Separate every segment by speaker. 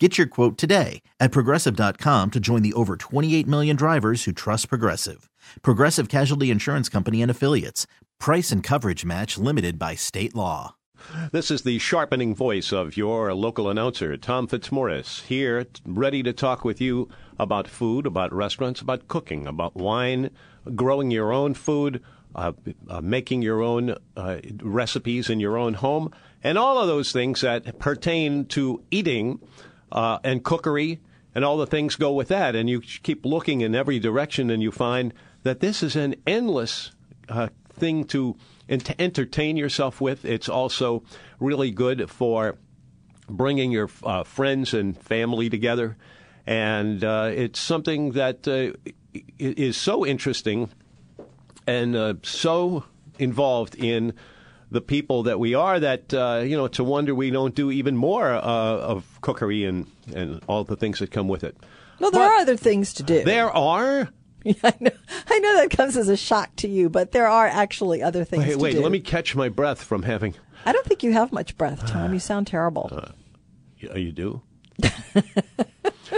Speaker 1: Get your quote today at progressive.com to join the over 28 million drivers who trust Progressive. Progressive Casualty Insurance Company and Affiliates. Price and coverage match limited by state law.
Speaker 2: This is the sharpening voice of your local announcer, Tom Fitzmaurice, here t- ready to talk with you about food, about restaurants, about cooking, about wine, growing your own food, uh, uh, making your own uh, recipes in your own home, and all of those things that pertain to eating uh, and cookery and all the things go with that. And you keep looking in every direction and you find that this is an endless uh, thing to ent- entertain yourself with. It's also really good for bringing your uh, friends and family together. And uh, it's something that uh, i- i- is so interesting and uh, so involved in the people that we are that uh, you know it's a wonder we don't do even more uh, of cookery and, and all the things that come with it.
Speaker 3: Well, there
Speaker 2: But
Speaker 3: are other things to do.
Speaker 2: There are.
Speaker 3: I, know, I know that comes as a shock to you, but there are actually other things
Speaker 2: Hey,
Speaker 3: to
Speaker 2: wait,
Speaker 3: do.
Speaker 2: let me catch my breath from having.
Speaker 3: I don't think you have much breath, Tom. You sound terrible.
Speaker 2: Uh, Yeah, Oh, You do.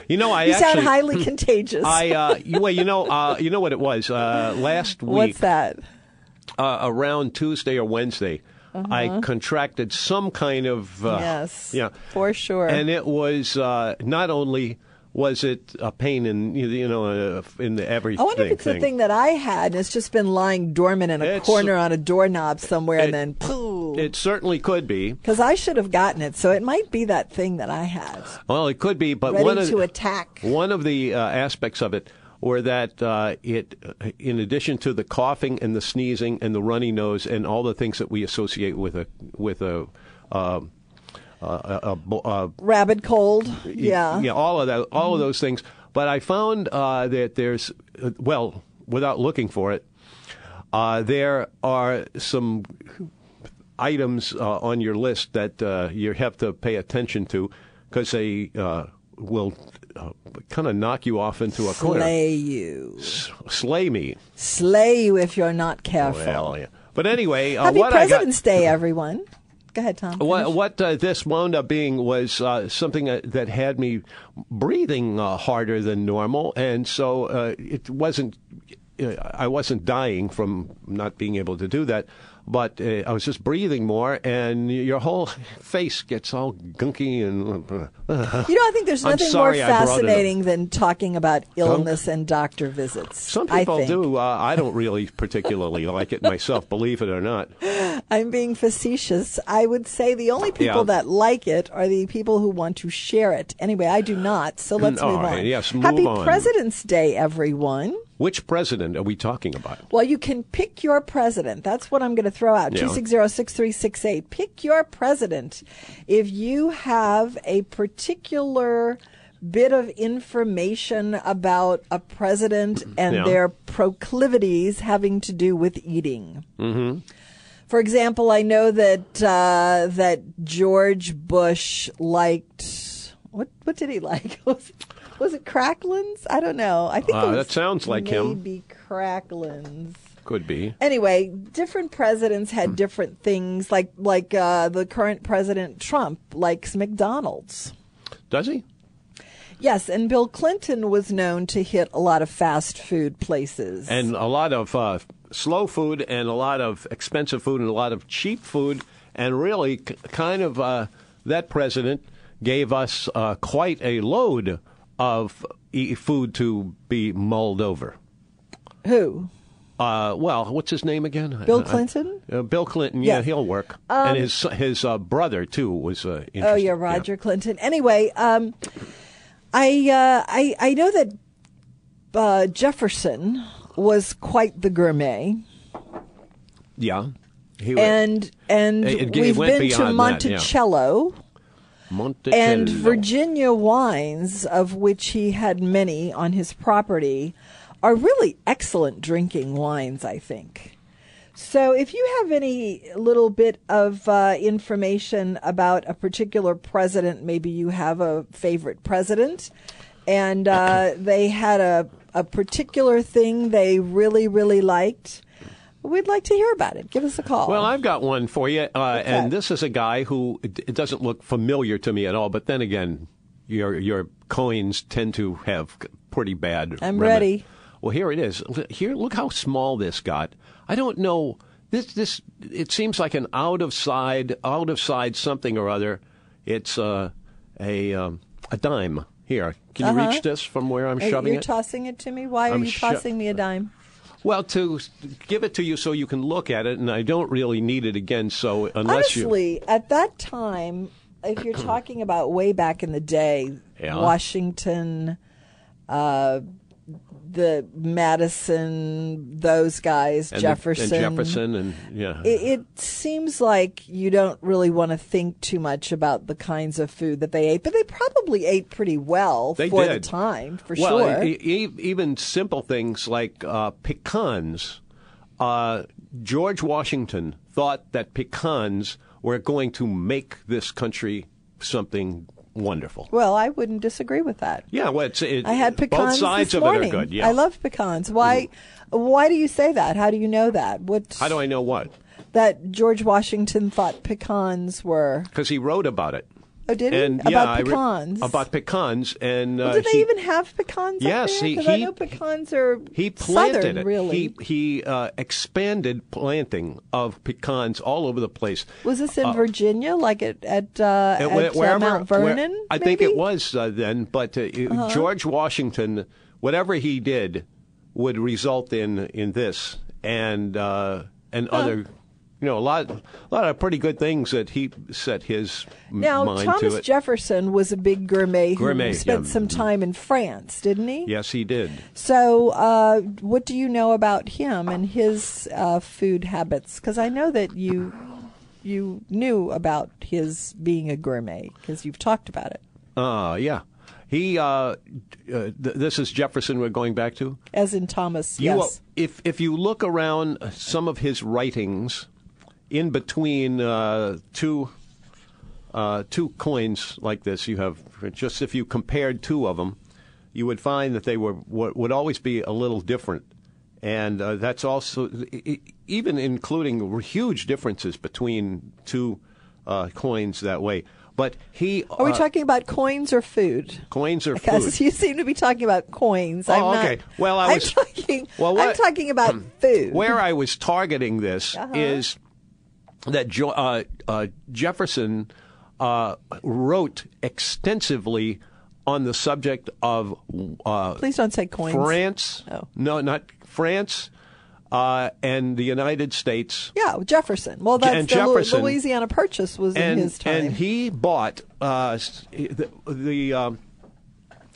Speaker 2: you know, I
Speaker 3: you
Speaker 2: actually. hmm,
Speaker 3: sound highly contagious.
Speaker 2: I uh, you, well, you know, uh, you know what it was uh, last week.
Speaker 3: What's that?
Speaker 2: uh, around Tuesday or Wednesday, I contracted some kind of uh,
Speaker 3: Uh-huh. Yes,
Speaker 2: yeah,
Speaker 3: for sure.
Speaker 2: and it was uh, not only was it a pain in you know uh, in the everything.
Speaker 3: I wonder if it's the thing that I had. and It's just been lying dormant in a
Speaker 2: It's-
Speaker 3: corner on a doorknob somewhere,
Speaker 2: it-
Speaker 3: and then poo.
Speaker 2: It certainly could be.
Speaker 3: Because I should have gotten it, so it might be that thing that I had.
Speaker 2: Well, it could be, but
Speaker 3: Ready
Speaker 2: one of
Speaker 3: to attack.
Speaker 2: One of the uh, aspects of it were that uh, it, uh, in addition to the coughing and the sneezing and the runny nose and all the things that we associate with a with a. Um, uh, a, a, bo- uh
Speaker 3: Rabid cold. Yeah. Mm-hmm.
Speaker 2: yeah, all of that, all of those things. But I found uh, that there's, uh, well, without looking for it, uh, there are some items uh, on your list that uh, you have to pay attention to because they uh, will uh, kind of knock you off into a corner,
Speaker 3: Slay you.
Speaker 2: S- slay me.
Speaker 3: Slay you if you're not careful.
Speaker 2: Well, yeah. But anyway, uh,
Speaker 3: Happy
Speaker 2: what I got.
Speaker 3: President's Day, everyone. Go ahead, Tom.
Speaker 2: What, what uh, this wound up being was uh, something that, that had me breathing uh, harder than normal, and so uh, it wasn't. Uh, I wasn't dying from not being able to do that, but uh, I was just breathing more, and your whole face gets all gunky and.
Speaker 3: You know, I think there's
Speaker 2: I'm
Speaker 3: nothing
Speaker 2: sorry
Speaker 3: more
Speaker 2: I brought it up.
Speaker 3: fascinating than talking about illness and doctor visits.
Speaker 2: Some
Speaker 3: I
Speaker 2: people
Speaker 3: think.
Speaker 2: do. Uh, I don't really particularly like it myself, believe it or not.
Speaker 3: I'm being facetious. I would say the only people
Speaker 2: Yeah.
Speaker 3: that like it are the people who want to share it. Anyway, I do not. So let's
Speaker 2: Mm, All
Speaker 3: move
Speaker 2: right,
Speaker 3: on.
Speaker 2: yes, move
Speaker 3: Happy
Speaker 2: on.
Speaker 3: President's Day, everyone.
Speaker 2: Which president are we talking about?
Speaker 3: Well, you can pick your president. That's what I'm going to throw out.
Speaker 2: Yeah.
Speaker 3: Two six zero six three six eight. Pick your president. If you have a particular bit of information about a president and
Speaker 2: Yeah.
Speaker 3: their proclivities having to do with eating. For example, I know that uh, that George Bush liked what? What did he like? Was it, was it Cracklins? I don't know. I think
Speaker 2: Uh,
Speaker 3: it was
Speaker 2: that sounds like him.
Speaker 3: Maybe Cracklins.
Speaker 2: Could be.
Speaker 3: Anyway, different presidents
Speaker 2: Hmm.
Speaker 3: had different things. Like like uh, the current president Trump likes McDonald's.
Speaker 2: Does he?
Speaker 3: Yes, and Bill Clinton was known to hit a lot of fast food places.
Speaker 2: and a lot of uh, slow food and a lot of expensive food and a lot of cheap food and really k- kind of uh, that president gave us uh, quite a load of e- food to be mulled over.
Speaker 3: who?
Speaker 2: Uh, well, what's his name again?
Speaker 3: Bill
Speaker 2: I-
Speaker 3: Clinton?
Speaker 2: uh, Bill Clinton. Yeah,
Speaker 3: Yes.
Speaker 2: he'll work. and his his uh, brother too was uh, interesting.
Speaker 3: Oh yeah, Roger Clinton. Anyway, um, I uh, I I know that uh, Jefferson was quite the gourmet,
Speaker 2: Yeah, he was.
Speaker 3: and and
Speaker 2: It- it- it
Speaker 3: we've
Speaker 2: went
Speaker 3: been to
Speaker 2: beyond that, yeah.
Speaker 3: Monticello
Speaker 2: Monticello.
Speaker 3: and Virginia wines, of which he had many on his property, are really excellent drinking wines. I think. So, if you have any little bit of uh, information about a particular president, maybe you have a favorite president, and uh, they had a, a particular thing they really, really liked, we'd like to hear about it. Give us a call.
Speaker 2: Well, I've got one for you, uh,
Speaker 3: that?
Speaker 2: and this is a guy who it doesn't look familiar to me at all. But then again, your your coins tend to have pretty bad.
Speaker 3: I'm
Speaker 2: remin-
Speaker 3: ready.
Speaker 2: Well, here it is. L- Here, look how small this got. I don't know this. This it seems like an out of side, out of side something or other. It's uh, a um, a dime. Here, can you
Speaker 3: Uh-huh.
Speaker 2: reach this from where I'm
Speaker 3: Hey,
Speaker 2: shoving
Speaker 3: You're
Speaker 2: it?
Speaker 3: tossing it to me? Why are
Speaker 2: I'm
Speaker 3: you
Speaker 2: sho-
Speaker 3: tossing me a dime?
Speaker 2: well, to s- give it to you so you can look at it, and I don't really need it again. So unless you.
Speaker 3: Honestly, at that time, if you're talking about way back in the day,
Speaker 2: Yeah.
Speaker 3: Washington, uh, the Madison, those guys,
Speaker 2: and the-
Speaker 3: Jefferson.
Speaker 2: and Jefferson, and yeah,
Speaker 3: It, it seems like you don't really want to think too much about the kinds of food that they ate, but they probably ate pretty well
Speaker 2: They
Speaker 3: for the
Speaker 2: did.
Speaker 3: time, for
Speaker 2: well,
Speaker 3: sure.
Speaker 2: e- e- even simple things like uh, pecans. Uh, George Washington thought that pecans were going to make this country something wonderful.
Speaker 3: well, I wouldn't disagree with that.
Speaker 2: Yeah, well, it's it,
Speaker 3: I had pecans
Speaker 2: both sides
Speaker 3: this
Speaker 2: of
Speaker 3: morning.
Speaker 2: it are good. Yeah,
Speaker 3: I love pecans. Why? Why do you say that? How do you know that? What?
Speaker 2: How do I know what?
Speaker 3: that George Washington thought pecans were?
Speaker 2: Because he wrote about it.
Speaker 3: Oh, did he?
Speaker 2: And
Speaker 3: About
Speaker 2: yeah, I re-
Speaker 3: pecans.
Speaker 2: about pecans, and uh,
Speaker 3: Did they
Speaker 2: he-
Speaker 3: even have pecans?
Speaker 2: Yes,
Speaker 3: up there?
Speaker 2: he-
Speaker 3: 'Cause I
Speaker 2: he-
Speaker 3: know pecans are
Speaker 2: He planted
Speaker 3: southern,
Speaker 2: it.
Speaker 3: really.
Speaker 2: He he uh, expanded planting of pecans all over the place.
Speaker 3: was this in
Speaker 2: uh,
Speaker 3: Virginia, like at at, uh,
Speaker 2: And
Speaker 3: at,
Speaker 2: wh-
Speaker 3: uh, Mount
Speaker 2: where-
Speaker 3: Vernon?
Speaker 2: I think it
Speaker 3: maybe? Uh-huh.
Speaker 2: was uh, then, but uh, it- George Washington, whatever he did, would result in in this and uh, and other. You know, a lot, a lot of pretty good things that he set his m-
Speaker 3: Now,
Speaker 2: mind
Speaker 3: Thomas
Speaker 2: to it.
Speaker 3: Jefferson was a big gourmet who
Speaker 2: Gourmet,
Speaker 3: spent
Speaker 2: yeah.
Speaker 3: some time in France, didn't he?
Speaker 2: yes, he did.
Speaker 3: So, uh, what do you know about him and his uh, food habits? Because I know that you you knew about his being a gourmet because you've talked about it
Speaker 2: Uh, yeah, he. Uh, uh, th- this is Jefferson. We're going back to.
Speaker 3: as in Thomas.
Speaker 2: You,
Speaker 3: yes.
Speaker 2: if if you look around uh, some of his writings, in between uh, two uh, two coins like this, you have just if you compared two of them, you would find that they were would, would always be a little different, and uh, that's also e- e- even including huge differences between two uh, coins that way. But he
Speaker 3: Are we
Speaker 2: uh,
Speaker 3: talking about coins or food?
Speaker 2: coins are food.
Speaker 3: Because you seem to be talking about coins.
Speaker 2: Oh,
Speaker 3: I'm not-
Speaker 2: okay. Well, I was-
Speaker 3: I'm talking.
Speaker 2: Well,
Speaker 3: I'm
Speaker 2: what- Hmm.
Speaker 3: talking about food.
Speaker 2: Where I was targeting this
Speaker 3: Uh-huh.
Speaker 2: is that jo- uh, uh, Jefferson uh, wrote extensively on the subject of uh,
Speaker 3: Please don't say coins.
Speaker 2: France.
Speaker 3: Oh.
Speaker 2: No, not France uh, and the United States.
Speaker 3: Yeah, Jefferson. Well, that's
Speaker 2: and
Speaker 3: the Lu-
Speaker 2: Jefferson-
Speaker 3: Louisiana Purchase was
Speaker 2: And,
Speaker 3: in his time.
Speaker 2: and he bought uh, s- the, the um,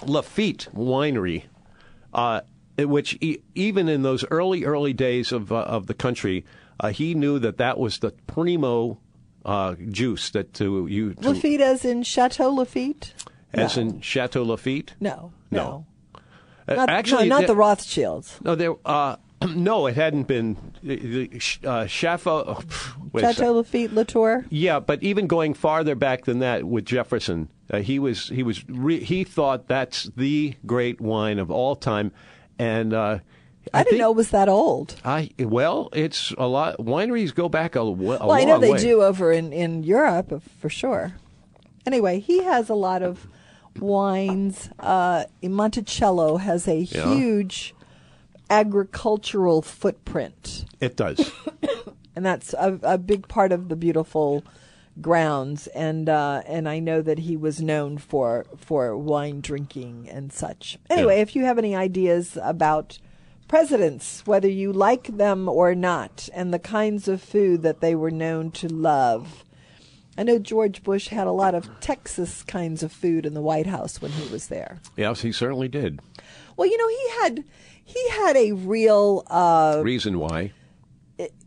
Speaker 2: Lafitte winery, uh, which e- even in those early, early days of, uh, of the country, uh, he knew that that was the primo uh, juice that to you, to,
Speaker 3: Lafitte, as in Chateau Lafitte.
Speaker 2: as
Speaker 3: no.
Speaker 2: in Chateau Lafitte.
Speaker 3: no,
Speaker 2: No.
Speaker 3: no,
Speaker 2: Uh,
Speaker 3: Not,
Speaker 2: actually,
Speaker 3: no, not
Speaker 2: the-
Speaker 3: the Rothschilds.
Speaker 2: No, there. Uh, no, it hadn't been the, the sh- uh, Chaffo. Oh, pff, wait a
Speaker 3: Chateau
Speaker 2: second.
Speaker 3: Lafitte Latour.
Speaker 2: Yeah, but even going farther back than that with Jefferson, uh, he was he was re- he thought that's the great wine of all time, and uh,
Speaker 3: I, didn't
Speaker 2: think-
Speaker 3: know it was that old.
Speaker 2: I well, it's a lot. Wineries go back a, wa- a
Speaker 3: Well, I know
Speaker 2: long
Speaker 3: they
Speaker 2: way.
Speaker 3: do over in in Europe uh, for sure. Anyway, he has a lot of wines. Uh, Monticello has a
Speaker 2: Yeah.
Speaker 3: huge agricultural footprint,
Speaker 2: It does.
Speaker 3: and that's a, a big part of the beautiful grounds. And uh, and I know that he was known for for wine drinking and such. Anyway, if you have any ideas about presidents, whether you like them or not, and the kinds of food that they were known to love. I know George Bush had a lot of Texas kinds of food in the White House when he was there.
Speaker 2: yes, he certainly did.
Speaker 3: Well, you know, he had he had a real uh,
Speaker 2: Reason why.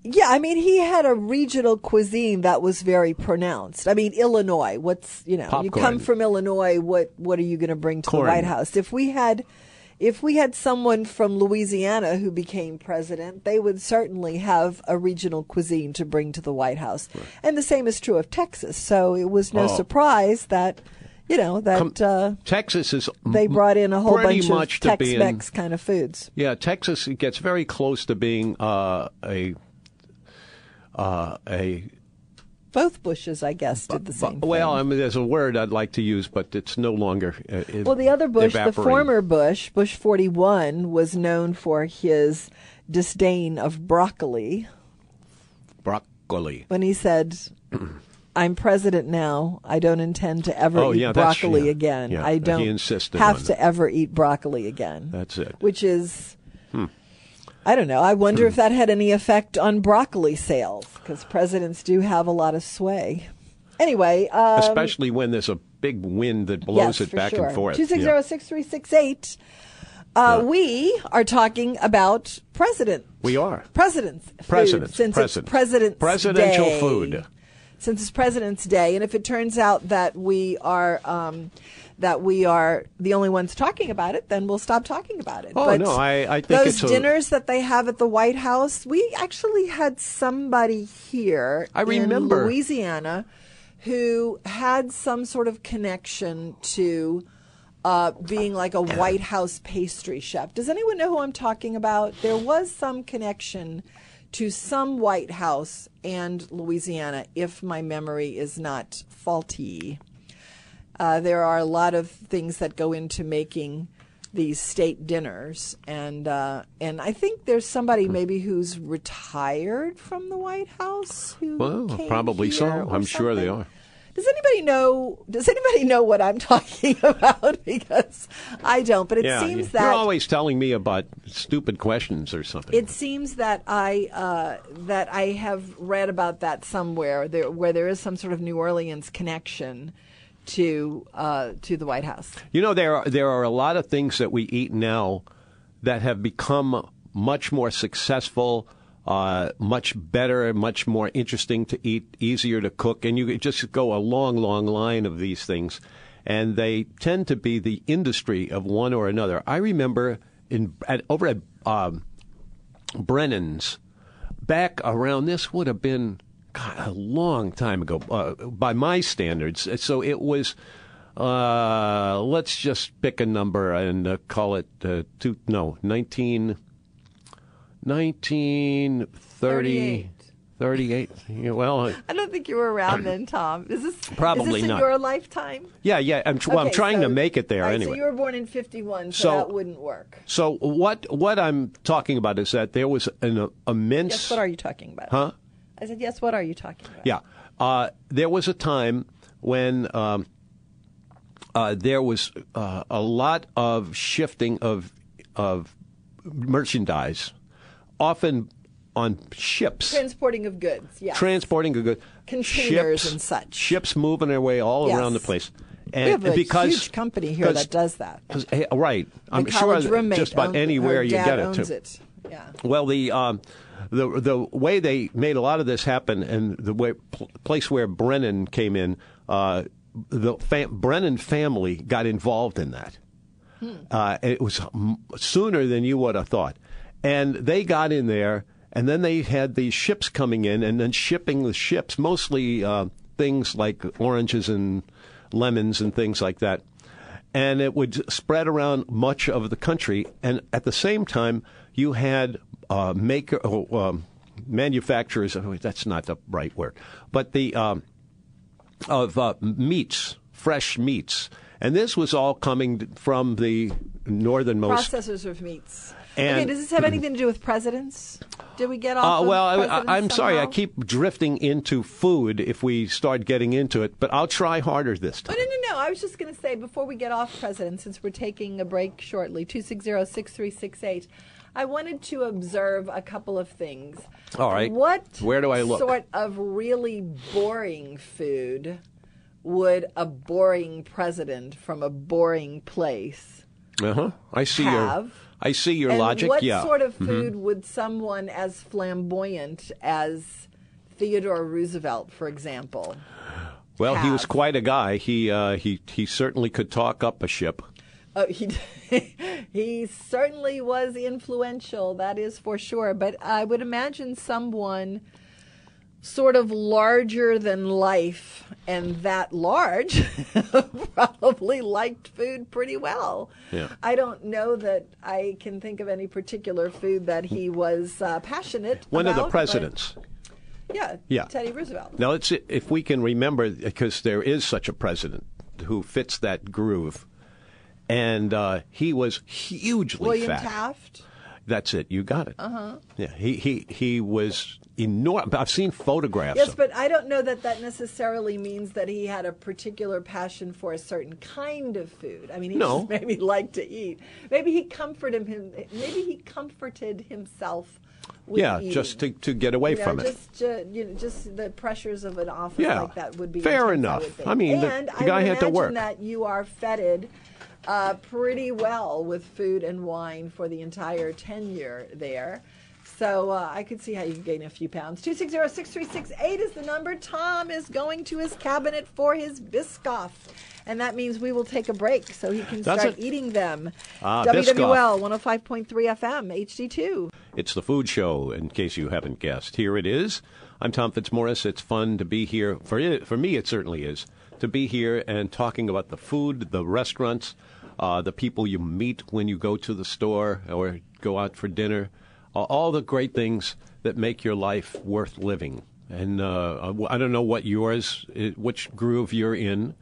Speaker 3: yeah, I mean, he had a regional cuisine that was very pronounced. I mean, Illinois. What's you know, you
Speaker 2: Popcorn.
Speaker 3: come from Illinois. What what are you going to bring to
Speaker 2: Corn.
Speaker 3: the White House? If we had, if we had someone from Louisiana who became president, they would certainly have a regional cuisine to bring to the White House. And the same is true of Texas. So it was no
Speaker 2: Oh.
Speaker 3: surprise that, you know, that uh,
Speaker 2: Texas is
Speaker 3: they brought in a whole
Speaker 2: pretty
Speaker 3: bunch
Speaker 2: much
Speaker 3: of
Speaker 2: to
Speaker 3: Tex
Speaker 2: being-
Speaker 3: Mex kind of foods.
Speaker 2: Yeah, Texas gets very close to being uh, a uh, a
Speaker 3: Both Bushes, I guess, did the same.
Speaker 2: well.
Speaker 3: thing.
Speaker 2: I mean, there's a word I'd like to use, but it's no longer. Uh, it-
Speaker 3: Well, the other Bush, the
Speaker 2: evaporating.
Speaker 3: former Bush, Bush 41, was known for his disdain of broccoli
Speaker 2: broccoli.
Speaker 3: when he said, I'm president now. I don't intend to ever
Speaker 2: Oh,
Speaker 3: eat
Speaker 2: yeah, that's-
Speaker 3: broccoli
Speaker 2: yeah,
Speaker 3: again.
Speaker 2: yeah,
Speaker 3: I
Speaker 2: he
Speaker 3: don't
Speaker 2: insisted
Speaker 3: have
Speaker 2: on
Speaker 3: to ever eat broccoli again.
Speaker 2: That's it.
Speaker 3: Which is,
Speaker 2: Hmm.
Speaker 3: I don't know. I wonder if that had any effect on broccoli sales because presidents do have a lot of sway. Anyway, um,
Speaker 2: Especially when there's a big wind that blows
Speaker 3: yes,
Speaker 2: it
Speaker 3: for
Speaker 2: back
Speaker 3: sure.
Speaker 2: and forth.
Speaker 3: Two six zero six three six eight. Uh, We are talking about president.
Speaker 2: We are.
Speaker 3: presidents. food,
Speaker 2: Presidents,
Speaker 3: since
Speaker 2: presidents.
Speaker 3: it's president's
Speaker 2: Presidential
Speaker 3: Day.
Speaker 2: food.
Speaker 3: Since it's President's Day, and if it turns out that we are um, that we are the only ones talking about it, then we'll stop talking about it.
Speaker 2: Oh,
Speaker 3: but
Speaker 2: no, I- I think
Speaker 3: those
Speaker 2: it's a-
Speaker 3: dinners that they have at the White House. We actually had somebody here.
Speaker 2: I
Speaker 3: in
Speaker 2: remember.
Speaker 3: Louisiana who had some sort of connection to uh, being like a White House pastry chef. Does anyone know who I'm talking about? There was some connection to some White House and Louisiana, if my memory is not faulty. Uh, there are a lot of things that go into making these state dinners, and uh, and I think there's somebody
Speaker 2: Hmm.
Speaker 3: maybe who's retired from the White House who
Speaker 2: Well,
Speaker 3: came
Speaker 2: probably so.
Speaker 3: here or
Speaker 2: I'm sure they
Speaker 3: something.
Speaker 2: are.
Speaker 3: Does anybody know? Does anybody know what I'm talking about? Because I don't. But it
Speaker 2: Yeah,
Speaker 3: seems
Speaker 2: you're
Speaker 3: that
Speaker 2: always telling me about stupid questions or something.
Speaker 3: it seems that I uh, that I have read about that somewhere there, where there is some sort of New Orleans connection to uh, to the White House.
Speaker 2: You know, there are, there are a lot of things that we eat now that have become much more successful, uh, much better, much more interesting to eat, easier to cook, and you could just go a long, long line of these things, and they tend to be the industry of one or another. I remember in at, over at um, Brennan's back around this would have been God, a long time ago uh, by my standards. So it was. Uh, let's just pick a number and uh, call it uh, two. No, 19, 1938. 38. Yeah, well,
Speaker 3: I don't think you were around then, Tom. Is this
Speaker 2: Probably
Speaker 3: is this
Speaker 2: not.
Speaker 3: in your lifetime?
Speaker 2: yeah, yeah. I'm, tr- well, I'm
Speaker 3: Okay,
Speaker 2: trying to
Speaker 3: so-
Speaker 2: make it there
Speaker 3: all right,
Speaker 2: anyway.
Speaker 3: So you were born in '51, so,
Speaker 2: So-
Speaker 3: that wouldn't work.
Speaker 2: So what what I'm talking about is that there was an uh, immense
Speaker 3: Yes. What are you talking about?
Speaker 2: Huh?
Speaker 3: I said, yes. What are you talking about?
Speaker 2: Yeah. Uh, there was a time when um, uh, there was uh, a lot of shifting of of merchandise, often on ships,
Speaker 3: Transporting of goods. Yeah.
Speaker 2: transporting of goods,
Speaker 3: Containers
Speaker 2: ships,
Speaker 3: and such.
Speaker 2: Ships moving their way all
Speaker 3: Yes.
Speaker 2: around the place. And
Speaker 3: we have a
Speaker 2: because,
Speaker 3: huge company here
Speaker 2: because-
Speaker 3: that does that.
Speaker 2: 'cause, eh, right.
Speaker 3: My
Speaker 2: I'm sure
Speaker 3: college
Speaker 2: that
Speaker 3: roommate
Speaker 2: just about
Speaker 3: owns-
Speaker 2: anywhere
Speaker 3: her
Speaker 2: you
Speaker 3: dad
Speaker 2: get it
Speaker 3: owns
Speaker 2: to.
Speaker 3: it. Yeah.
Speaker 2: Well, the um, the the way they made a lot of this happen, and the way pl- place where Brennan came in, uh, the fam- Brennan family got involved in that. Uh, and it was m- sooner than you would have thought, and they got in there, and then they had these ships coming in, and then shipping the ships mostly uh, things like oranges and lemons and things like that and it would spread around much of the country. And at the same time, you had uh, maker oh, um, manufacturers. oh, that's not the right word, but the um, of uh, meats, fresh meats, and this was all coming from the northernmost.
Speaker 3: Processors of meats. okay,
Speaker 2: Oh, And-
Speaker 3: does this have anything to do with presidents? Did we get
Speaker 2: Uh,
Speaker 3: off? of
Speaker 2: well,
Speaker 3: presidents
Speaker 2: I, I, am sorry. I
Speaker 3: somehow?
Speaker 2: keep drifting into food if we start getting into it, but I'll try harder this time.
Speaker 3: Oh, no, no, no. I was just going to say before we get off president, since we're taking a break shortly, 260 6368, I wanted to observe a couple of things.
Speaker 2: All right.
Speaker 3: What
Speaker 2: Where do I look?
Speaker 3: sort of really boring food would a boring president from a boring place
Speaker 2: Uh-huh. I see
Speaker 3: Have.
Speaker 2: your. I see your
Speaker 3: and
Speaker 2: logic.
Speaker 3: What
Speaker 2: yeah. Mm-hmm.
Speaker 3: sort of food would someone as flamboyant as Theodore Roosevelt, for example?
Speaker 2: Well, he was
Speaker 3: have.
Speaker 2: quite a guy. He uh, he he certainly could talk up a ship.
Speaker 3: Oh, he he certainly was influential. That is for sure. But I would imagine someone sort of larger than life, and that large probably liked food pretty well.
Speaker 2: Yeah.
Speaker 3: I don't know that I can think of any particular food that he was uh, passionate.
Speaker 2: One of
Speaker 3: about,
Speaker 2: the
Speaker 3: but-
Speaker 2: presidents.
Speaker 3: Yeah.
Speaker 2: Yeah.
Speaker 3: Teddy Roosevelt.
Speaker 2: Now, let's, if we can remember, because there is such a president who fits that groove, and uh, he was hugely
Speaker 3: William Uh-huh.
Speaker 2: fat.
Speaker 3: Taft.
Speaker 2: That's it. You got it. Uh huh. Yeah. He he he was enormous. I've seen photographs.
Speaker 3: Yes,
Speaker 2: of-
Speaker 3: but I don't know that that necessarily means that he had a particular passion for a certain kind of food. I mean, he
Speaker 2: No.
Speaker 3: just maybe liked to eat. Maybe he comforted him. Maybe he comforted himself. With
Speaker 2: yeah,
Speaker 3: eating.
Speaker 2: just to to get away
Speaker 3: You know,
Speaker 2: from it.
Speaker 3: just, ju- you know, just the pressures of an office
Speaker 2: Yeah.
Speaker 3: like that would be
Speaker 2: Fair
Speaker 3: intense, I
Speaker 2: enough.
Speaker 3: would think.
Speaker 2: I mean, the-
Speaker 3: and
Speaker 2: the
Speaker 3: I
Speaker 2: guy
Speaker 3: would
Speaker 2: had to
Speaker 3: imagine
Speaker 2: work.
Speaker 3: That you are feted uh, pretty well with food and wine for the entire tenure there. So uh, I could see how you could gain a few pounds. Two six zero six three six eight is the number. Tom is going to his cabinet for his Biscoff. And that means we will take a break so he can
Speaker 2: That's
Speaker 3: start
Speaker 2: it.
Speaker 3: eating them.
Speaker 2: Ah,
Speaker 3: WWL 105.3 FM, HD2.
Speaker 2: It's the Food Show, in case you haven't guessed. Here it is. I'm Tom Fitzmaurice. It's fun to be here. For, it, for me, it certainly is to be here and talking about the food, the restaurants, uh, the people you meet when you go to the store or go out for dinner, uh, all the great things that make your life worth living. And uh, I don't know what yours, which groove you're in,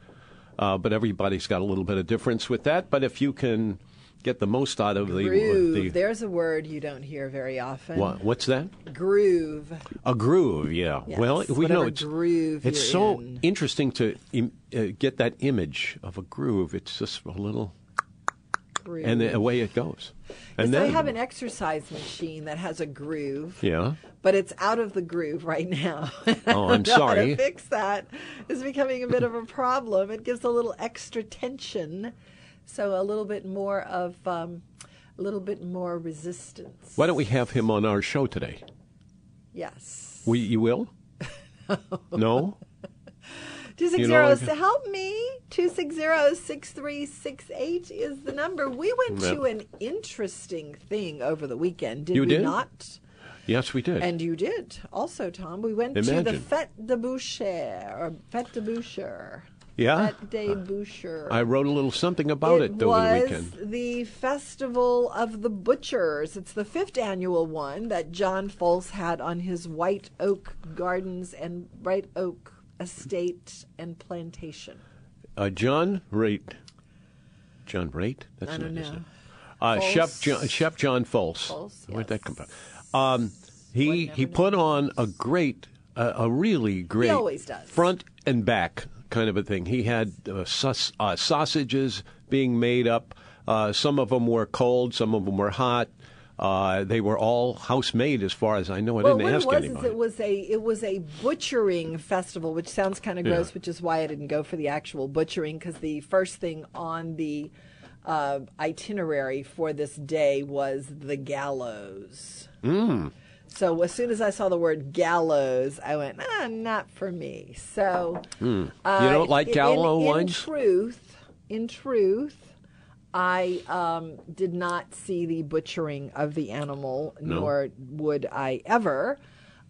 Speaker 2: uh, but everybody's got a little bit of difference with that. But if you can get the most out of the,
Speaker 3: Groove.
Speaker 2: the
Speaker 3: There's a word you don't hear very often.
Speaker 2: Wha- what's that?
Speaker 3: Groove.
Speaker 2: A groove, yeah.
Speaker 3: Yes,
Speaker 2: well, we know
Speaker 3: whatever
Speaker 2: it's
Speaker 3: groove
Speaker 2: It's
Speaker 3: you're
Speaker 2: so
Speaker 3: in.
Speaker 2: interesting to Im- uh, get that image of a groove. It's just a little,
Speaker 3: Groove.
Speaker 2: and then away it goes.
Speaker 3: Yes,
Speaker 2: And
Speaker 3: I
Speaker 2: then,
Speaker 3: have an exercise machine that has a groove.
Speaker 2: yeah,
Speaker 3: But it's out of the groove right now. I
Speaker 2: Oh, I'm
Speaker 3: don't know how to
Speaker 2: sorry.
Speaker 3: fix that. It's becoming a bit of a problem. It gives a little extra tension, so a little bit more of um, a little bit more resistance.
Speaker 2: why don't we have him on our show today?
Speaker 3: Yes.
Speaker 2: We, you will? no.
Speaker 3: Two six
Speaker 2: You
Speaker 3: zero.
Speaker 2: know,
Speaker 3: so help me. Two six zero six three six eight is the number. We went
Speaker 2: Yeah.
Speaker 3: to an interesting thing over the weekend, did
Speaker 2: You
Speaker 3: we
Speaker 2: did?
Speaker 3: not?
Speaker 2: Yes, we did.
Speaker 3: And you did also, Tom. We went to the
Speaker 2: Imagine.
Speaker 3: Fête de Boucher or Fête de Boucher.
Speaker 2: Yeah?
Speaker 3: Fête de Boucher.
Speaker 2: I wrote a little something about it, over
Speaker 3: was
Speaker 2: the weekend.
Speaker 3: the Festival of the Butchers. It's the fifth annual one that John Foles had on his White Oak Gardens and White Oak Estate and Plantation.
Speaker 2: Uh, John Raitt. John Raitt? That's
Speaker 3: I don't
Speaker 2: not his
Speaker 3: know.
Speaker 2: name. Uh,
Speaker 3: Foles.
Speaker 2: Chef John, Chef John Foles.
Speaker 3: Foles,
Speaker 2: Where'd
Speaker 3: yes.
Speaker 2: that come from? Um, he he put on a great, uh, a really great
Speaker 3: always does.
Speaker 2: front and back kind of a thing. He had uh, sus- uh, sausages being made up. Uh, some of them were cold, some of them were hot. Uh, they were all house made, as far as I know. I
Speaker 3: Well,
Speaker 2: didn't
Speaker 3: what
Speaker 2: ask
Speaker 3: it was
Speaker 2: anybody.
Speaker 3: is it was a it was a butchering festival, which sounds kind of gross, which is why I didn't go for the actual butchering because the first thing on the uh, itinerary for this day was the gallows. So as soon as I saw the word gallows, I went, ah, not for me. So uh,
Speaker 2: Hmm. You don't like
Speaker 3: in-
Speaker 2: Gallo
Speaker 3: in,
Speaker 2: wines?
Speaker 3: truth, in truth, I um, did not see the butchering of the animal, nor would I ever.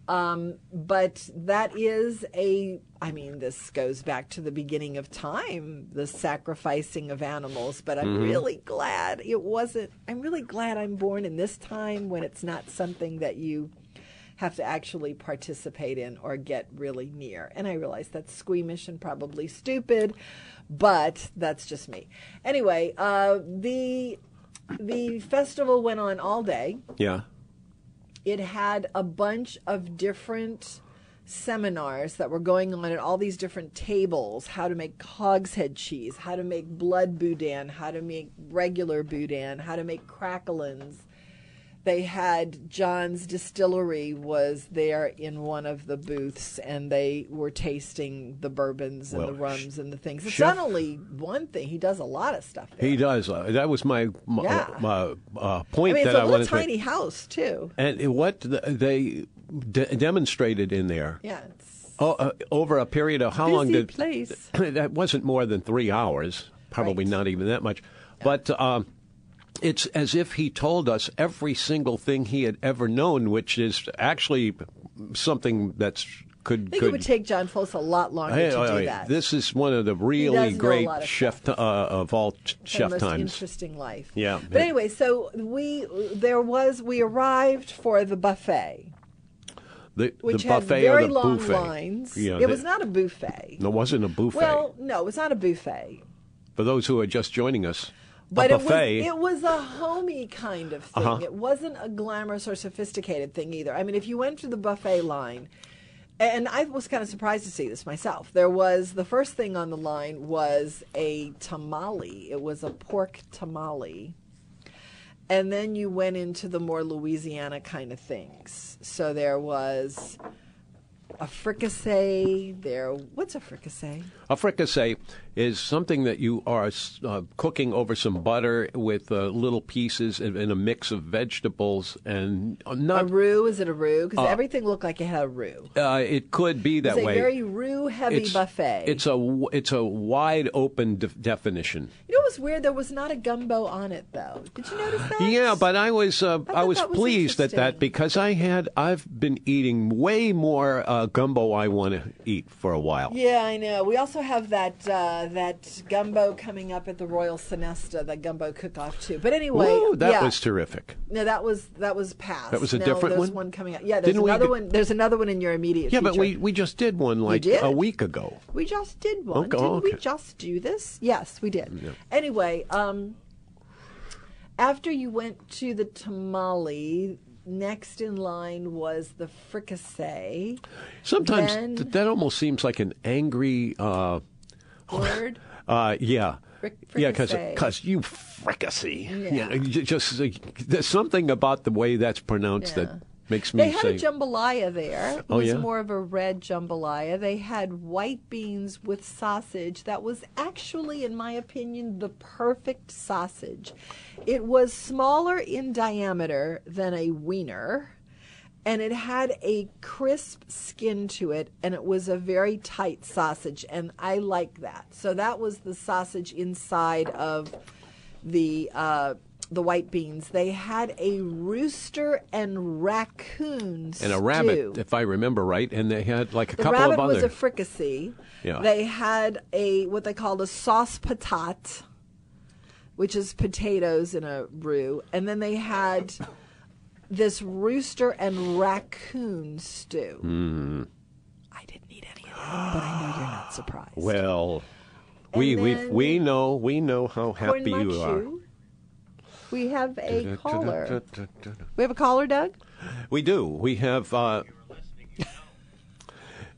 Speaker 3: Um, but that is a, I mean, this goes back to the beginning of time, the sacrificing of animals. But I'm really glad it wasn't, I'm really glad I'm born in this time when it's not something that you have to actually participate in or get really near. And I realize that's squeamish and probably stupid, but that's just me. Anyway, uh, the the festival went on all day.
Speaker 2: yeah.
Speaker 3: It had a bunch of different seminars that were going on at all these different tables how to make hogshead cheese how to make blood boudin how to make regular boudin how to make cracklins they had John's distillery was there in one of the booths, and they were tasting the bourbons and
Speaker 2: Well,
Speaker 3: the rums and the things. It's
Speaker 2: Chef-
Speaker 3: not only one thing; he does a lot of stuff. There.
Speaker 2: He does. Uh, that was my, my,
Speaker 3: Yeah.
Speaker 2: my uh,
Speaker 3: I
Speaker 2: point
Speaker 3: mean, it's
Speaker 2: that
Speaker 3: a
Speaker 2: I
Speaker 3: little
Speaker 2: wanted to
Speaker 3: tiny house too.
Speaker 2: And it- what th- they de- demonstrated in there
Speaker 3: Yeah, it's
Speaker 2: o- uh, over a period of how long
Speaker 3: busy
Speaker 2: did
Speaker 3: place.
Speaker 2: that wasn't more than three hours, probably
Speaker 3: Right.
Speaker 2: not even that much. But um, it's as if he told us every single thing he had ever known, which is actually something that's could
Speaker 3: I think
Speaker 2: could
Speaker 3: it would take John Fols a lot longer
Speaker 2: Hey,
Speaker 3: to
Speaker 2: wait,
Speaker 3: do
Speaker 2: wait.
Speaker 3: that.
Speaker 2: This is one of the
Speaker 3: know a
Speaker 2: really great
Speaker 3: lot of
Speaker 2: chef t- uh, of all ch-
Speaker 3: Had
Speaker 2: chef
Speaker 3: the most
Speaker 2: times.
Speaker 3: interesting life.
Speaker 2: Yeah.
Speaker 3: But anyway, so we there was we arrived for the buffet,
Speaker 2: The,
Speaker 3: which
Speaker 2: the
Speaker 3: had
Speaker 2: buffet
Speaker 3: very
Speaker 2: or the
Speaker 3: long
Speaker 2: buffet?
Speaker 3: lines.
Speaker 2: Yeah,
Speaker 3: it
Speaker 2: the-
Speaker 3: was not a buffet.
Speaker 2: No, it wasn't a buffet.
Speaker 3: Well, no, it was not a buffet.
Speaker 2: For those who are just joining us,
Speaker 3: But Uh-huh.
Speaker 2: a
Speaker 3: it was,
Speaker 2: buffet.
Speaker 3: it was a homey kind of thing. It wasn't a glamorous or sophisticated thing either. I mean, if you went to the buffet line, and I was kind of surprised to see this myself. There was the first thing on the line was a tamale. It was a pork tamale. And then you went into the more Louisiana kind of things. So there was a fricassee. There, what's a fricassee?
Speaker 2: a fricassee is something that you are uh, cooking over some butter with uh, little pieces and, and a mix of vegetables, and uh,
Speaker 3: A Uh,
Speaker 2: not.
Speaker 3: roux? Is it a roux? Because everything looked like it had a roux.
Speaker 2: Uh, it could be that
Speaker 3: It's a
Speaker 2: way.
Speaker 3: very roux heavy
Speaker 2: it's,
Speaker 3: buffet.
Speaker 2: It's a w- it's a wide open de- definition.
Speaker 3: you know what was weird? There was not a gumbo on it though. Did you notice that?
Speaker 2: Yeah, but I was uh, I,
Speaker 3: thought
Speaker 2: was
Speaker 3: that was
Speaker 2: pleased at that
Speaker 3: interesting.
Speaker 2: because I had I've been eating way more uh, gumbo I want to eat for a while.
Speaker 3: Yeah, I know. We also have that uh, that gumbo coming up at the Royal Sinesta, the gumbo cook-off too. But anyway,
Speaker 2: Woo, that
Speaker 3: yeah.
Speaker 2: was terrific.
Speaker 3: no, that was that was past.
Speaker 2: That was a
Speaker 3: Now
Speaker 2: different
Speaker 3: there's
Speaker 2: one?
Speaker 3: one coming up. Yeah, there's
Speaker 2: Didn't we
Speaker 3: another
Speaker 2: do-
Speaker 3: one. There's another one in your immediate.
Speaker 2: Yeah, but we
Speaker 3: future.
Speaker 2: we just did one like
Speaker 3: did?
Speaker 2: a week ago.
Speaker 3: we just did one.
Speaker 2: Okay,
Speaker 3: Didn't we
Speaker 2: Oh, okay.
Speaker 3: just do this? Yes, we did. Anyway, um, after you went to the tamale, next in line was the fricassee.
Speaker 2: Sometimes
Speaker 3: Then-
Speaker 2: th- that almost seems like an angry. Uh,
Speaker 3: Word.
Speaker 2: uh, yeah.
Speaker 3: Fric-
Speaker 2: yeah, because
Speaker 3: fricassee.
Speaker 2: because you fricassee.
Speaker 3: Yeah.
Speaker 2: you j- just like, there's something about the way that's pronounced
Speaker 3: Yeah.
Speaker 2: that makes me
Speaker 3: They had
Speaker 2: say
Speaker 3: a jambalaya there. It
Speaker 2: Oh,
Speaker 3: was
Speaker 2: yeah?
Speaker 3: more of a red jambalaya. They had white beans with sausage that was actually, in my opinion, the perfect sausage. It was smaller in diameter than a wiener, and it had a crisp skin to it, and it was a very tight sausage, and I like that. So that was the sausage inside of the uh, the white beans. They had a rooster and raccoon
Speaker 2: and a rabbit,
Speaker 3: stew.
Speaker 2: if I remember right, and they had like a
Speaker 3: the
Speaker 2: couple
Speaker 3: rabbit
Speaker 2: of other.
Speaker 3: was a fricassee.
Speaker 2: Yeah.
Speaker 3: They had a what they called a sauce patate, which is potatoes in a roux, and then they had this rooster and raccoon stew.
Speaker 2: Hmm.
Speaker 3: I didn't eat any of that, but I know you're not surprised.
Speaker 2: Well, we we
Speaker 3: then-
Speaker 2: we know we know how
Speaker 3: Corn
Speaker 2: happy you are.
Speaker 3: machu. We have a caller. We have a caller, Doug.
Speaker 2: We do. We have. Uh,